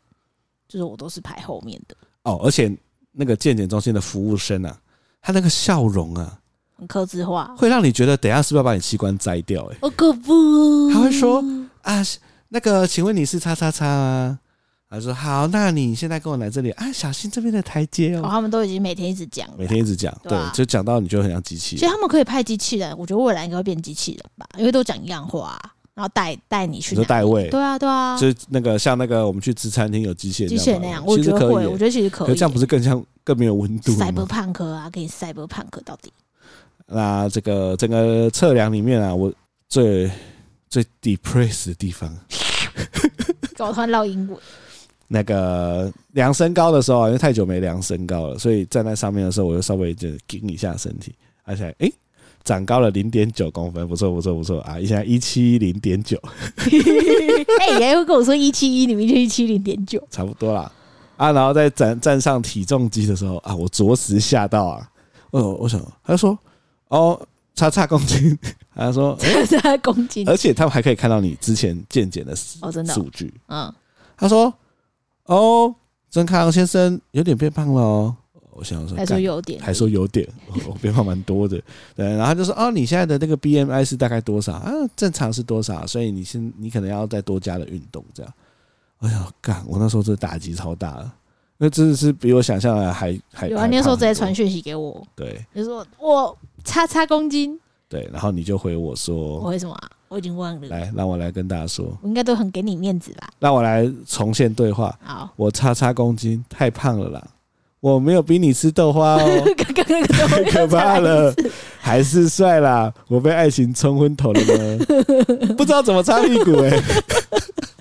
[SPEAKER 2] 就是我都是排后面的，
[SPEAKER 1] 哦，而且那个健检中心的服务生啊，他那个笑容啊，
[SPEAKER 2] 很克制化。
[SPEAKER 1] 会让你觉得等一下是不是要把你器官摘掉、欸？
[SPEAKER 2] 哦，可不，
[SPEAKER 1] 他会说啊，是那个，请问你是叉叉叉吗？他说好，那你现在跟我来这里啊，小心这边的台阶
[SPEAKER 2] 哦，
[SPEAKER 1] 哦。
[SPEAKER 2] 他们都已经每天一直讲了，
[SPEAKER 1] 每天一直讲，
[SPEAKER 2] 对啊
[SPEAKER 1] 对，就讲到你就很像机器
[SPEAKER 2] 其实他们可以派机器人，我觉得未来应该会变机器人吧，因为都讲一样话啊、然后带带你去
[SPEAKER 1] 你说
[SPEAKER 2] 哪里
[SPEAKER 1] 代位，
[SPEAKER 2] 对啊对啊，
[SPEAKER 1] 就是那个像那个我们去吃餐厅有机器人
[SPEAKER 2] 机器人那
[SPEAKER 1] 样
[SPEAKER 2] 样，
[SPEAKER 1] 吗
[SPEAKER 2] 我
[SPEAKER 1] 其
[SPEAKER 2] 觉
[SPEAKER 1] 实
[SPEAKER 2] 得
[SPEAKER 1] 可
[SPEAKER 2] 会，
[SPEAKER 1] 以欸，
[SPEAKER 2] 我觉得其实可
[SPEAKER 1] 可
[SPEAKER 2] 以。
[SPEAKER 1] 是这样不是更像更没有温度了吗？
[SPEAKER 2] cyberpunk 啊，给你 cyberpunk 到底。
[SPEAKER 1] 那这个整个测量里面啊，我最最 depressed 的地方，
[SPEAKER 2] 搞突然唠英文， <laughs>
[SPEAKER 1] 那个量身高的时候啊，因为太久没量身高了，所以站在上面的时候，我就稍微就顶一下身体，而且诶，长高了零点九公分，不错不错不错啊！现在一七零点九，
[SPEAKER 2] 哎、你还会跟我说一七一，你明天一七零点九，
[SPEAKER 1] 差不多啦啊！然后在站站上体重机的时候啊，我着实吓到啊！哦，我想他就说哦，叉叉公斤，他说，诶
[SPEAKER 2] 他公斤
[SPEAKER 1] 而且他们还可以看到你之前健检的
[SPEAKER 2] 哦，真的哦、
[SPEAKER 1] 数据，
[SPEAKER 2] 嗯，
[SPEAKER 1] 他说：“哦，曾康先生有点变胖了哦。”我想说，
[SPEAKER 2] 还说
[SPEAKER 1] 干
[SPEAKER 2] 有点，
[SPEAKER 1] 还说有
[SPEAKER 2] <laughs>
[SPEAKER 1] 点，哦我变胖蛮多的。对，然后他就说：“哦，你现在的那个 BMI 是大概多少啊？正常是多少？所以你现你可能要再多加的运动这样。”我想，干，我那时候这打击超大了，那真的是比我想象的还还
[SPEAKER 2] 有啊，
[SPEAKER 1] 还
[SPEAKER 2] 你那时候直
[SPEAKER 1] 胖
[SPEAKER 2] 接
[SPEAKER 1] 很多
[SPEAKER 2] 传讯息给我，
[SPEAKER 1] 对
[SPEAKER 2] 你说我叉叉公斤，
[SPEAKER 1] 对，然后你就回我
[SPEAKER 2] 我
[SPEAKER 1] 说
[SPEAKER 2] 会什么、啊？我已经忘：“了，
[SPEAKER 1] 哦来，让我来跟大家说，
[SPEAKER 2] 我应该都很给你面子吧？
[SPEAKER 1] 让我来重现对话。，
[SPEAKER 2] 好
[SPEAKER 1] <laughs> 我叉叉公斤，太胖了啦，我没有逼你吃豆花哦。”
[SPEAKER 2] 刚刚那个
[SPEAKER 1] 太可怕了，还是帅啦！我被爱情冲昏头了
[SPEAKER 2] <laughs>
[SPEAKER 1] 呢，不知道怎么擦屁股哎、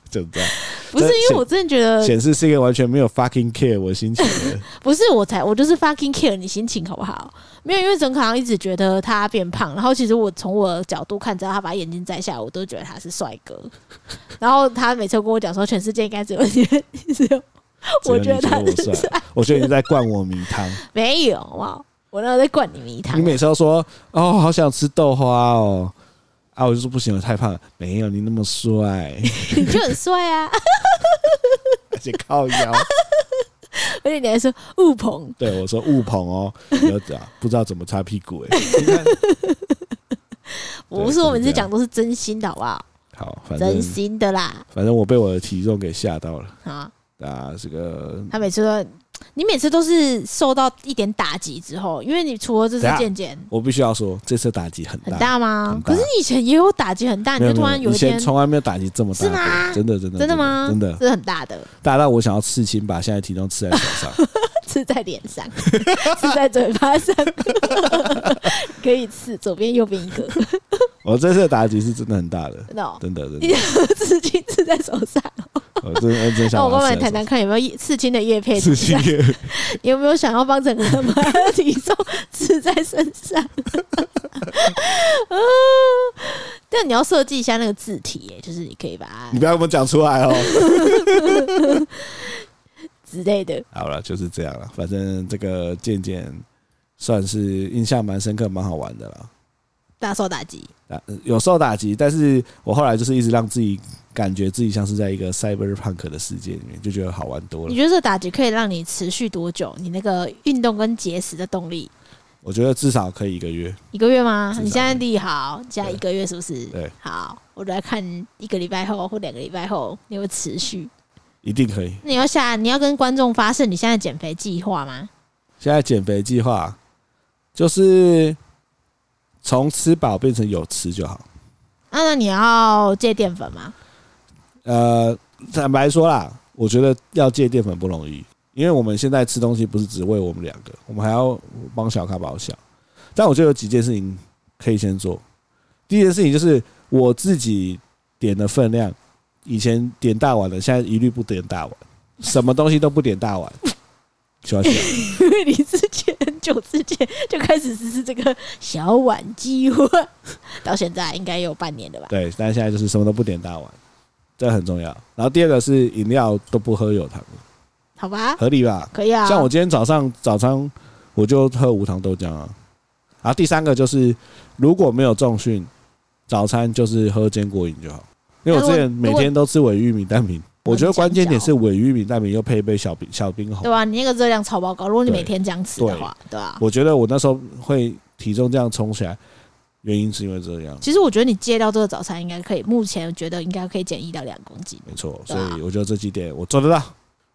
[SPEAKER 1] 就这样，
[SPEAKER 2] 不是因为我真的觉得
[SPEAKER 1] 显示是一个完全没有 fucking care 我心情的。
[SPEAKER 2] 不是我才，我就是 fucking care 你心情好不好？没有，因为整可能一直觉得他变胖，然后其实我从我的角度看，只要他把眼睛摘下来，我都觉得他是帅
[SPEAKER 1] <laughs>
[SPEAKER 2] 哥。然后他每次跟我讲说，全世界应该只有你，只有
[SPEAKER 1] 只有
[SPEAKER 2] <laughs> 我
[SPEAKER 1] 你
[SPEAKER 2] 觉得他
[SPEAKER 1] 我
[SPEAKER 2] 是
[SPEAKER 1] 帅
[SPEAKER 2] 帅，，
[SPEAKER 1] 我觉得你在灌我迷汤。
[SPEAKER 2] <laughs> 没有哇！我那时候在灌你迷汤
[SPEAKER 1] 你，每次都说哦，好想吃豆花哦，啊，我就说不行，我太胖了。没有你那么
[SPEAKER 2] <laughs>
[SPEAKER 1] 帅，
[SPEAKER 2] <laughs> 你就很帅啊！ <laughs>
[SPEAKER 1] 而且靠腰。
[SPEAKER 2] 而且你还说雾棚，
[SPEAKER 1] 对我说误捧哦，你要讲不知道怎么擦屁股
[SPEAKER 2] <laughs>
[SPEAKER 1] 哎、你看，
[SPEAKER 2] 不是我每次讲都是真心的好不好？
[SPEAKER 1] 好，反正
[SPEAKER 2] 真心的啦
[SPEAKER 1] 反正我被我的体重给吓到了。
[SPEAKER 2] 啊！
[SPEAKER 1] 啊，这个
[SPEAKER 2] 他每次都，你每次都是受到一点打击之后，因为你除了这次
[SPEAKER 1] 等一下
[SPEAKER 2] 渐渐。
[SPEAKER 1] 我必须要说，这次打击很
[SPEAKER 2] 很
[SPEAKER 1] 大，
[SPEAKER 2] 大吗
[SPEAKER 1] 很？大
[SPEAKER 2] 可是你以前也有打击很大，你
[SPEAKER 1] 没有没
[SPEAKER 2] 就突
[SPEAKER 1] 有，
[SPEAKER 2] 然有
[SPEAKER 1] 以
[SPEAKER 2] 一天
[SPEAKER 1] 前从来没有打击这么大
[SPEAKER 2] 是吗
[SPEAKER 1] 过，真的真的
[SPEAKER 2] 真的吗？
[SPEAKER 1] 真的
[SPEAKER 2] 这是很大的，
[SPEAKER 1] 大到我想要刺青，把现在体重刺在手
[SPEAKER 2] <laughs>
[SPEAKER 1] 上。
[SPEAKER 2] 刺在脸上， <laughs> 刺在嘴巴上， <laughs> 可以刺左边右边一个，
[SPEAKER 1] 我哦这次的打击是真的很大的，
[SPEAKER 2] 真的哦，
[SPEAKER 1] 真的真
[SPEAKER 2] <laughs> 你
[SPEAKER 1] 的，
[SPEAKER 2] 刺青刺在手上。
[SPEAKER 1] 我真的真的
[SPEAKER 2] 那
[SPEAKER 1] 想
[SPEAKER 2] 我
[SPEAKER 1] 把
[SPEAKER 2] 帮
[SPEAKER 1] 它
[SPEAKER 2] 你
[SPEAKER 1] 刺在
[SPEAKER 2] 谈
[SPEAKER 1] 手
[SPEAKER 2] 谈看有没有刺青的
[SPEAKER 1] 上
[SPEAKER 2] 叶配，
[SPEAKER 1] 刺青也 <laughs>
[SPEAKER 2] 你有没有想要帮整个人把他的体重刺在身上？ <laughs> 啊！但你要设计一下那个字体，哎，就是你可以把
[SPEAKER 1] 你
[SPEAKER 2] 它
[SPEAKER 1] 不要跟我讲出来哦。 <laughs>
[SPEAKER 2] 之类的。
[SPEAKER 1] 好了，就是这样了，反正这个渐渐算是印象蛮深刻，蛮好玩的啦。
[SPEAKER 2] 大受打击，
[SPEAKER 1] 啊，有受打击，但是我后来就是一直让自己感觉自己像是在一个 cyberpunk 的世界里面，就觉得好玩多了
[SPEAKER 2] 你。觉得这个打击可以让你持续多久？你那个运动跟节食的动力，
[SPEAKER 1] 我觉得至少可以一个月，
[SPEAKER 2] 一个月吗？
[SPEAKER 1] 至少
[SPEAKER 2] 你现在立好，现在
[SPEAKER 1] 对
[SPEAKER 2] 一个月是不是？
[SPEAKER 1] 对，
[SPEAKER 2] 好，我来看一个礼拜后或两个礼拜后你会持续。
[SPEAKER 1] 一定可以。
[SPEAKER 2] 那你要下，你要跟观众发誓你现在减肥计划吗？
[SPEAKER 1] 现在减肥计划就是从吃饱变成有吃就好。
[SPEAKER 2] 啊，那你要戒淀粉吗？
[SPEAKER 1] 呃，坦白说啦，我觉得要戒淀粉不容易，因为我们现在吃东西不是只为我们两个，我们还要帮小咖保小。但我觉得有几件事情可以先做。第一件事情就是我自己点的分量，以前点大碗的，现在一律不
[SPEAKER 2] <laughs>
[SPEAKER 1] 点大碗，什么东西都不点大碗。喜欢吃。
[SPEAKER 2] 因为你之前九之前就开始实施这个小碗计划，到现在应该有半年了吧？
[SPEAKER 1] 对，但现在就是什么都不点大碗，这很重要。然后第二个是饮料都不喝有糖的，
[SPEAKER 2] 好吧，
[SPEAKER 1] 合理吧？
[SPEAKER 2] 可以啊。
[SPEAKER 1] 像我今天早上早餐我就喝无糖豆浆啊。然后第三个就是如果没有重训，早餐就是喝坚果饮就好，因为我之前每天都吃伪玉米蛋饼。我觉得关键点是伪玉米蛋饼又配一杯小冰小冰红
[SPEAKER 2] 对。啊吧、你那个热量超爆高，如果你
[SPEAKER 1] 对
[SPEAKER 2] 每天这样吃的话，对啊。
[SPEAKER 1] 我觉得我那时候会体重这样冲起来，原因是因为这样，
[SPEAKER 2] 其实我觉得你戒掉这个早餐应该可以，目前觉得应该可以减一到两公斤。
[SPEAKER 1] 没错。
[SPEAKER 2] 对
[SPEAKER 1] 所
[SPEAKER 2] 啊
[SPEAKER 1] 以我觉得这几点我做得到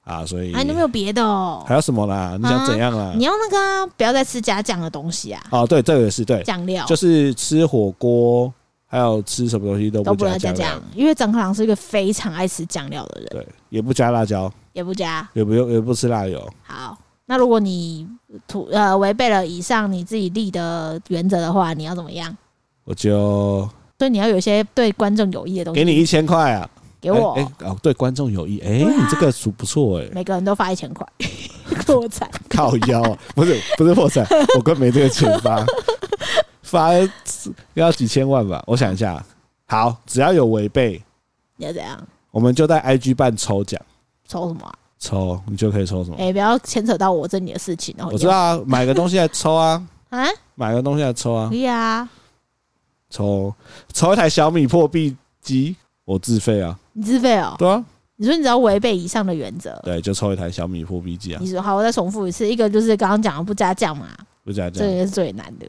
[SPEAKER 1] 啊，所以
[SPEAKER 2] 哎、啊，你有没有别的哦
[SPEAKER 1] 还？有什么啦？你想
[SPEAKER 2] 啊
[SPEAKER 1] 怎样啦？
[SPEAKER 2] 你要那个、啊、不要再吃加酱的东西啊，
[SPEAKER 1] 哦，对，这个也是对，
[SPEAKER 2] 酱料
[SPEAKER 1] 就是吃火锅还有吃什么东西都
[SPEAKER 2] 都
[SPEAKER 1] 不
[SPEAKER 2] 不
[SPEAKER 1] 加
[SPEAKER 2] 能加
[SPEAKER 1] 酱
[SPEAKER 2] 酱
[SPEAKER 1] 料，，
[SPEAKER 2] 因为张克朗是一个非常爱吃酱料的人，
[SPEAKER 1] 对，也不加辣椒，
[SPEAKER 2] 也不加。
[SPEAKER 1] 也不用也不吃辣油，
[SPEAKER 2] 好，那如果你图呃违背了以上你自己立的原则的话，你要怎么样？
[SPEAKER 1] 我就
[SPEAKER 2] 所以你要有一些对观众有益的东西，
[SPEAKER 1] 给你一千块啊，
[SPEAKER 2] 给我，
[SPEAKER 1] 哎哎哦，对观众有益，哎，
[SPEAKER 2] 对啊
[SPEAKER 1] 你这个属不错哎，
[SPEAKER 2] 每个人都发一千块， <laughs> 破产。
[SPEAKER 1] 靠腰啊，不是不是破产，我根本没这个钱发，发要几千万吧，我想一下，好，只要有违背，
[SPEAKER 2] 你要怎样？
[SPEAKER 1] 我们就在 IG 办抽奖，
[SPEAKER 2] 抽什么、啊？
[SPEAKER 1] 抽你就可以抽什么
[SPEAKER 2] 哎、？不要牵扯到我这里的事情哦。
[SPEAKER 1] 哦我知道啊，买个东西来抽啊，
[SPEAKER 2] 啊，
[SPEAKER 1] 买个东西来抽啊
[SPEAKER 2] 可，以啊，
[SPEAKER 1] 抽抽一台小米破壁机，我自费啊，
[SPEAKER 2] 你自费哦。
[SPEAKER 1] 对啊，
[SPEAKER 2] 你说你只要违背以上的原则，
[SPEAKER 1] 对，就抽一台小米破壁机啊
[SPEAKER 2] 你，说好，我再重复一次，一个就是刚刚讲的不加酱嘛，
[SPEAKER 1] 就这样
[SPEAKER 2] 这
[SPEAKER 1] 这样，
[SPEAKER 2] 个是最难的。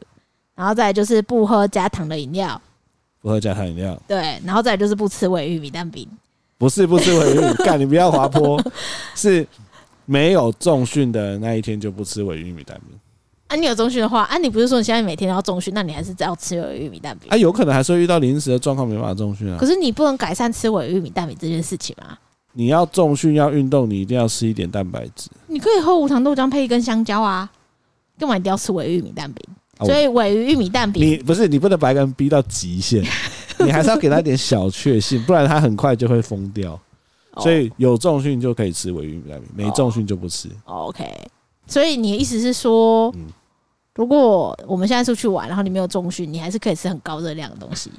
[SPEAKER 2] 然后再来就是不喝加糖的饮料，
[SPEAKER 1] 不喝加糖饮料，
[SPEAKER 2] 对，然后再来就是不吃伪玉米蛋饼，
[SPEAKER 1] 不是不吃尾鱼，干你不要滑坡，是没有重训的那一天就不吃尾玉米蛋饼，
[SPEAKER 2] 啊，你有中训的话，啊，你不是说你现在每天都要中训，那你还是只要吃伪玉米蛋饼？
[SPEAKER 1] 啊，有可能还是会遇到临时的状况没办法重训啊
[SPEAKER 2] 可，是你不能改善吃伪玉米蛋饼这件事情啊！
[SPEAKER 1] 你要重训要运动，你一定要吃一点蛋白质，
[SPEAKER 2] 你可以喝无糖豆浆配一根香蕉啊，干嘛一定要吃伪玉米蛋饼？
[SPEAKER 1] 啊我
[SPEAKER 2] 所以伪玉米蛋饼
[SPEAKER 1] 你不是你不能把一个人逼到极限，你还是要给他一点小确幸，不然他很快就会疯掉。
[SPEAKER 2] 哦
[SPEAKER 1] 所以有重训就可以吃尾鱼米蛋饼，没重训就不吃。
[SPEAKER 2] 哦 OK，所以你的意思是说，
[SPEAKER 1] 嗯
[SPEAKER 2] 如果我们现在出去玩，然后你没有中训，你还是可以吃很高热量的东西。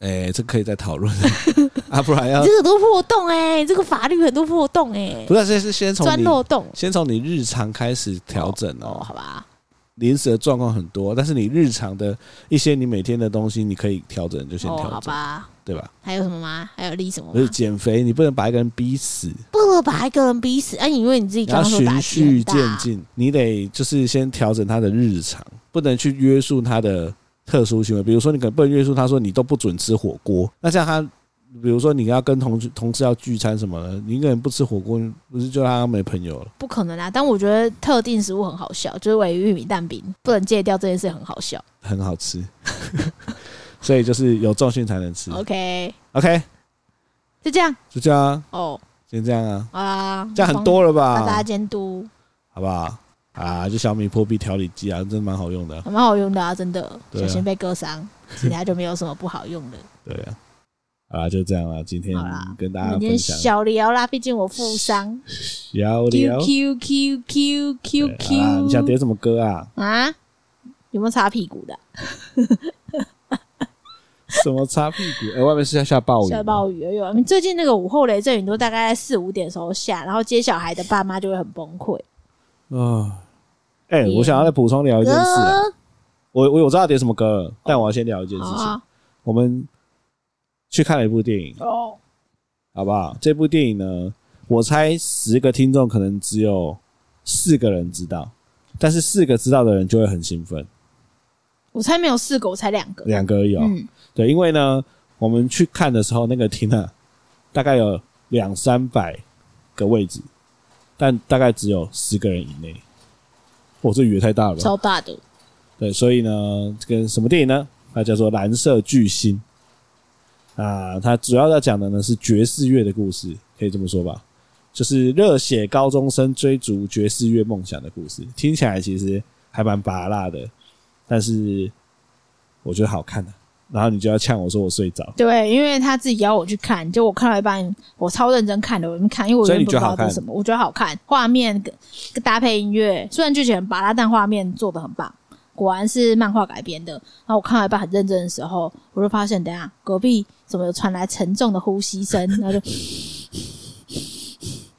[SPEAKER 1] 哎、这可以再讨论
[SPEAKER 2] <laughs>
[SPEAKER 1] 啊，不然要
[SPEAKER 2] 你这个都破洞哎、你这个法律很多破洞哎、
[SPEAKER 1] 不是先是先从
[SPEAKER 2] 钻
[SPEAKER 1] 你
[SPEAKER 2] 漏洞。
[SPEAKER 1] 先从你日常开始调整
[SPEAKER 2] 哦，
[SPEAKER 1] 哦。
[SPEAKER 2] 好吧，
[SPEAKER 1] 临时的状况很多，但是你日常的一些你每天的东西，你可以调整就先
[SPEAKER 2] 哦，
[SPEAKER 1] 调
[SPEAKER 2] 好
[SPEAKER 1] 整，
[SPEAKER 2] 吧，哦
[SPEAKER 1] 对吧？
[SPEAKER 2] 还有什么吗？还有立什么
[SPEAKER 1] 不是
[SPEAKER 2] 吗？
[SPEAKER 1] 减肥，你不能把一个人逼死，
[SPEAKER 2] 不能把一个人逼死，哎、因为你自己
[SPEAKER 1] 你
[SPEAKER 2] 刚
[SPEAKER 1] 要
[SPEAKER 2] 刚说打
[SPEAKER 1] 循
[SPEAKER 2] 击很
[SPEAKER 1] 序
[SPEAKER 2] 大
[SPEAKER 1] 渐进，你得就是先调整他的日常，不能去约束他的特殊行为。比如说，你可能不能约束他说你都不准吃火锅，那这样他，比如说你要跟同同事要聚餐什么的，你一个人不吃火锅，不是就让他没朋友了？
[SPEAKER 2] 不可能啊！但我觉得特定食物很好笑，就是尾鱼玉米蛋饼不能戒掉这件事很好笑。
[SPEAKER 1] 很好吃， <laughs> 所以就是有重训才能吃。
[SPEAKER 2] OK，
[SPEAKER 1] OK，
[SPEAKER 2] 就这样
[SPEAKER 1] 就这样、啊，
[SPEAKER 2] 哦，
[SPEAKER 1] 先这样啊，
[SPEAKER 2] 好啦，
[SPEAKER 1] 这样很多了
[SPEAKER 2] 帮，帮大家
[SPEAKER 1] 吧？
[SPEAKER 2] 监督，
[SPEAKER 1] 好不好？啊，就小米破壁调理机啊，真的蛮好用的。
[SPEAKER 2] 还蛮好用的啊，真的，
[SPEAKER 1] 对啊
[SPEAKER 2] 小心被割伤，其他就没有什么不好用
[SPEAKER 1] <laughs>
[SPEAKER 2] 的。
[SPEAKER 1] 对啊，啊，就这样了。今天
[SPEAKER 2] 好啦
[SPEAKER 1] 跟大
[SPEAKER 2] 我
[SPEAKER 1] 家
[SPEAKER 2] 们今
[SPEAKER 1] 分
[SPEAKER 2] 天
[SPEAKER 1] 享。
[SPEAKER 2] 小聊啦，毕竟我负伤。
[SPEAKER 1] 聊
[SPEAKER 2] Q
[SPEAKER 1] 聊。
[SPEAKER 2] Q Q Q
[SPEAKER 1] 对
[SPEAKER 2] Q
[SPEAKER 1] 啊，你想
[SPEAKER 2] Q
[SPEAKER 1] 点什么歌啊？
[SPEAKER 2] 啊？有没有擦屁股的？啊
[SPEAKER 1] 什么擦屁股？哎、外面是在下暴雨，
[SPEAKER 2] 下暴雨，哎呦！你最近那个午后雷阵雨都大概在四五点的时候下，然后接小孩的爸妈就会很崩溃。
[SPEAKER 1] 啊！哎、我想要再补充聊一件事、啊。我我我知道点什么歌了，但我要先聊一件事
[SPEAKER 2] 好
[SPEAKER 1] 情。
[SPEAKER 2] 啊
[SPEAKER 1] 我们去看了一部电影，
[SPEAKER 2] 哦，
[SPEAKER 1] 好不好？这部电影呢，我猜十个听众可能只有四个人知道，但是四个知道的人就会很兴奋，
[SPEAKER 2] 我才没有四个，我才两个。
[SPEAKER 1] 两个而已哦。
[SPEAKER 2] 嗯，
[SPEAKER 1] 对，因为呢，我们去看的时候，那个厅啊，大概有两三百个位置，但大概只有十个人以内。我这雨也太大了吧？
[SPEAKER 2] 超大的。
[SPEAKER 1] 对，所以呢，这个什么电影呢？它叫做《蓝色巨星》啊，它主要要讲的呢是爵士乐的故事，可以这么说吧，就是热血高中生追逐爵士乐梦想的故事。听起来其实还蛮拔辣的，但是我觉得好看的、啊然后你就要呛我说我睡着，
[SPEAKER 2] 对，因为他自己邀我去看，就我看到一半，我超认真看的，我没看，因为我
[SPEAKER 1] 所以
[SPEAKER 2] 原
[SPEAKER 1] 你
[SPEAKER 2] 本不知
[SPEAKER 1] 觉得
[SPEAKER 2] 道
[SPEAKER 1] 好
[SPEAKER 2] 这
[SPEAKER 1] 看
[SPEAKER 2] 是什么，我觉得好看，画面跟跟搭配音乐，虽然剧情很巴拉，但画面做的很棒，果然是漫画改编的。然后我看到一半很认真的时候，我就发现，等一下隔壁怎么有传来沉重的呼吸声，然
[SPEAKER 1] <laughs>
[SPEAKER 2] 后就，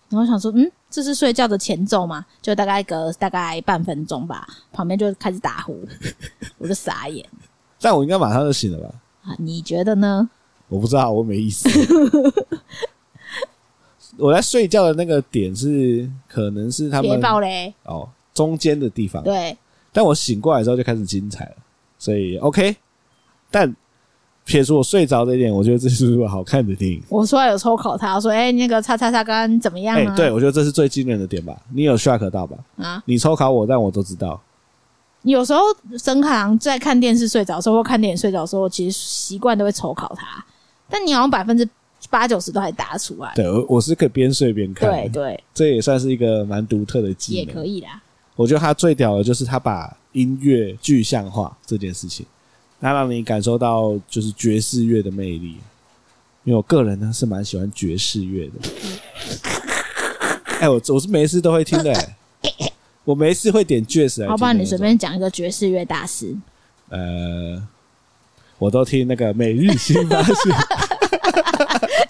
[SPEAKER 2] 然后我想说，嗯，这是睡觉的前奏嘛？就大概隔大概半分钟吧，旁边就开始打呼，我就傻眼
[SPEAKER 1] 但我应该马上就醒了吧？
[SPEAKER 2] 啊！你觉得呢？
[SPEAKER 1] 我不知道，我没意思。我在睡觉的那个点是，可能是他
[SPEAKER 2] 别
[SPEAKER 1] 们
[SPEAKER 2] 爆嘞！
[SPEAKER 1] 哦中间的地方，
[SPEAKER 2] 对。
[SPEAKER 1] 但我醒过来之后就开始精彩了，所以 OK。但撇除我睡着这一点，我觉得这是部好看的电影。
[SPEAKER 2] 我说有抽考他，我说哎、那个叉叉叉干怎么样
[SPEAKER 1] 哎、
[SPEAKER 2] 啊？
[SPEAKER 1] 对，我觉得这是最惊人的点吧。你有 shock 到吧？
[SPEAKER 2] 啊，
[SPEAKER 1] 你抽考我，但我都知道。
[SPEAKER 2] 有时候沈凯航在看电视睡着的时候，或看电影睡着的时候，我其实习惯都会抽考他，但你好像百分之八九十都还答出来，
[SPEAKER 1] 对，我我是可以边睡边看，
[SPEAKER 2] 对对，
[SPEAKER 1] 这也算是一个蛮独特的技
[SPEAKER 2] 也
[SPEAKER 1] 能。
[SPEAKER 2] 可以啦。
[SPEAKER 1] 我觉得他最屌的就是他把音乐具象化这件事情，他让你感受到就是爵士乐的魅力。因为我个人呢是蛮喜欢爵士乐的，
[SPEAKER 2] 嗯
[SPEAKER 1] 哎、我我是没事都会听的、
[SPEAKER 2] <laughs>
[SPEAKER 1] 哎我没事会点爵士来听的那种。
[SPEAKER 2] 好吧，你随便讲一个爵士乐大师， <laughs>
[SPEAKER 1] 呃，我都听那个每日新发
[SPEAKER 2] <laughs>
[SPEAKER 1] 现。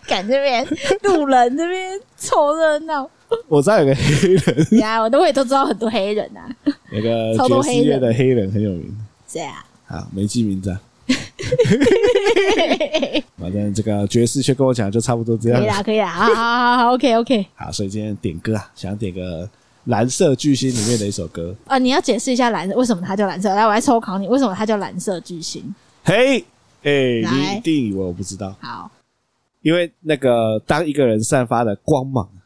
[SPEAKER 2] 赶这边路人这边凑热闹，
[SPEAKER 1] 我知道有个黑人，
[SPEAKER 2] 呀，我都会都知道很多黑人啊，
[SPEAKER 1] 有个
[SPEAKER 2] 超多
[SPEAKER 1] 爵
[SPEAKER 2] 黑
[SPEAKER 1] 士
[SPEAKER 2] 人
[SPEAKER 1] 乐的黑人很有名，
[SPEAKER 2] 谁啊？
[SPEAKER 1] 好，没记名字、啊。反正这个爵士却跟我讲就差不多这
[SPEAKER 2] 可
[SPEAKER 1] 样
[SPEAKER 2] 以
[SPEAKER 1] 了。
[SPEAKER 2] 啦，可以啦，好好好好，OK OK，
[SPEAKER 1] 好，所以今天点歌啊，想点个《蓝色巨星》里面的一首歌。
[SPEAKER 2] 啊，你要解释一下蓝色为什么它叫蓝色？来，我来抽考你，为什么它叫蓝色巨星？
[SPEAKER 1] 嘿，哎，
[SPEAKER 2] 来
[SPEAKER 1] 你一定以为我不知道，
[SPEAKER 2] 好，
[SPEAKER 1] 因为那个当一个人散发的光芒啊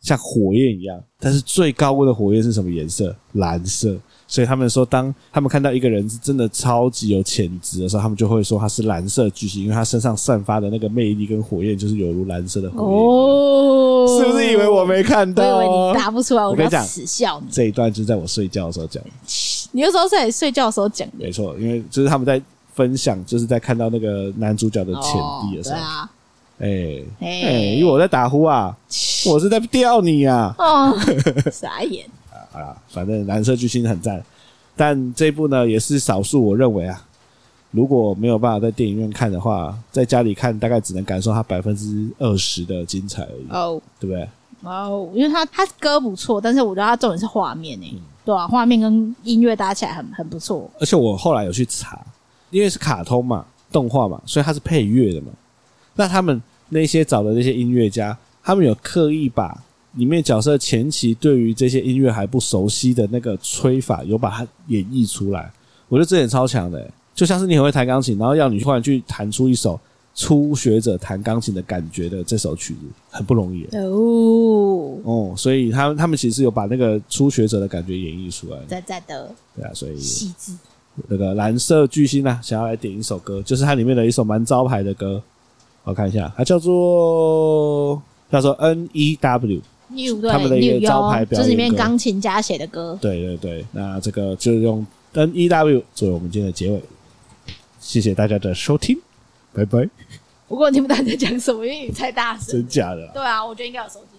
[SPEAKER 1] 像火焰一样，但是最高温的火焰是什么颜色？蓝色。所以他们说，当他们看到一个人是真的超级有潜质的时候，他们就会说他是蓝色巨星，因为他身上散发的那个魅力跟火焰就是有如蓝色的火焰。
[SPEAKER 2] 哦，
[SPEAKER 1] 是不是以为我？没看
[SPEAKER 2] 我
[SPEAKER 1] 到？
[SPEAKER 2] 以为你答不出来，我
[SPEAKER 1] 我跟你
[SPEAKER 2] 就要
[SPEAKER 1] 讲
[SPEAKER 2] 耻笑你。
[SPEAKER 1] 这一段就是在我睡觉的时候讲的，
[SPEAKER 2] 你那时候在睡觉的时候讲的
[SPEAKER 1] 没错，因为就是他们在分享，就是在看到那个男主角的潜力的时
[SPEAKER 2] 对
[SPEAKER 1] 候，
[SPEAKER 2] 啊，
[SPEAKER 1] 哎、哎、
[SPEAKER 2] 哎
[SPEAKER 1] 因为我在打呼啊，我是在吊你啊，
[SPEAKER 2] 哦， <laughs> 傻眼，
[SPEAKER 1] 好啦，反正蓝色巨星很赞，但这一部呢也是少数我认为啊，如果没有办法在电影院看的话，在家里看大概只能感受它百分之二十的精彩而已，
[SPEAKER 2] 哦
[SPEAKER 1] 对不对？
[SPEAKER 2] 哦，因为他他歌不错，但是我觉得他重点是画面
[SPEAKER 1] 嗯
[SPEAKER 2] 诶，对啊，画面跟音乐搭起来很很不错。
[SPEAKER 1] 而且我后来有去查，因为是卡通嘛、动画嘛，所以它是配乐的嘛。那他们那些找的那些音乐家，他们有刻意把里面角色前期对于这些音乐还不熟悉的那个吹法，有把它演绎出来。我觉得这点超强的欸、就像是你很会弹钢琴，然后要你突然去弹出一首初学者弹钢琴的感觉的这首曲子，很不容易欸、
[SPEAKER 2] 哦，
[SPEAKER 1] 哦，所以他他们其实有把那个初学者的感觉演绎出来，
[SPEAKER 2] 在在的
[SPEAKER 1] 对啊，所以
[SPEAKER 2] 细致，
[SPEAKER 1] 那个蓝色巨星啊，想要来点一首歌，就是它里面的一首蛮招牌的歌，我看一下，它叫做叫做 N E W，
[SPEAKER 2] New
[SPEAKER 1] 他们的一
[SPEAKER 2] 对
[SPEAKER 1] 个
[SPEAKER 2] New
[SPEAKER 1] 招牌
[SPEAKER 2] 哟，
[SPEAKER 1] 表演歌
[SPEAKER 2] 这是里面钢琴家写的歌。
[SPEAKER 1] 对对对，那这个就用 N E W 作为我们今天的结尾，谢谢大家的收听，拜拜，
[SPEAKER 2] 不过我听不到你在讲什么，因为你太大声。
[SPEAKER 1] 真假的啦。
[SPEAKER 2] 对啊，我觉得应该有收进去。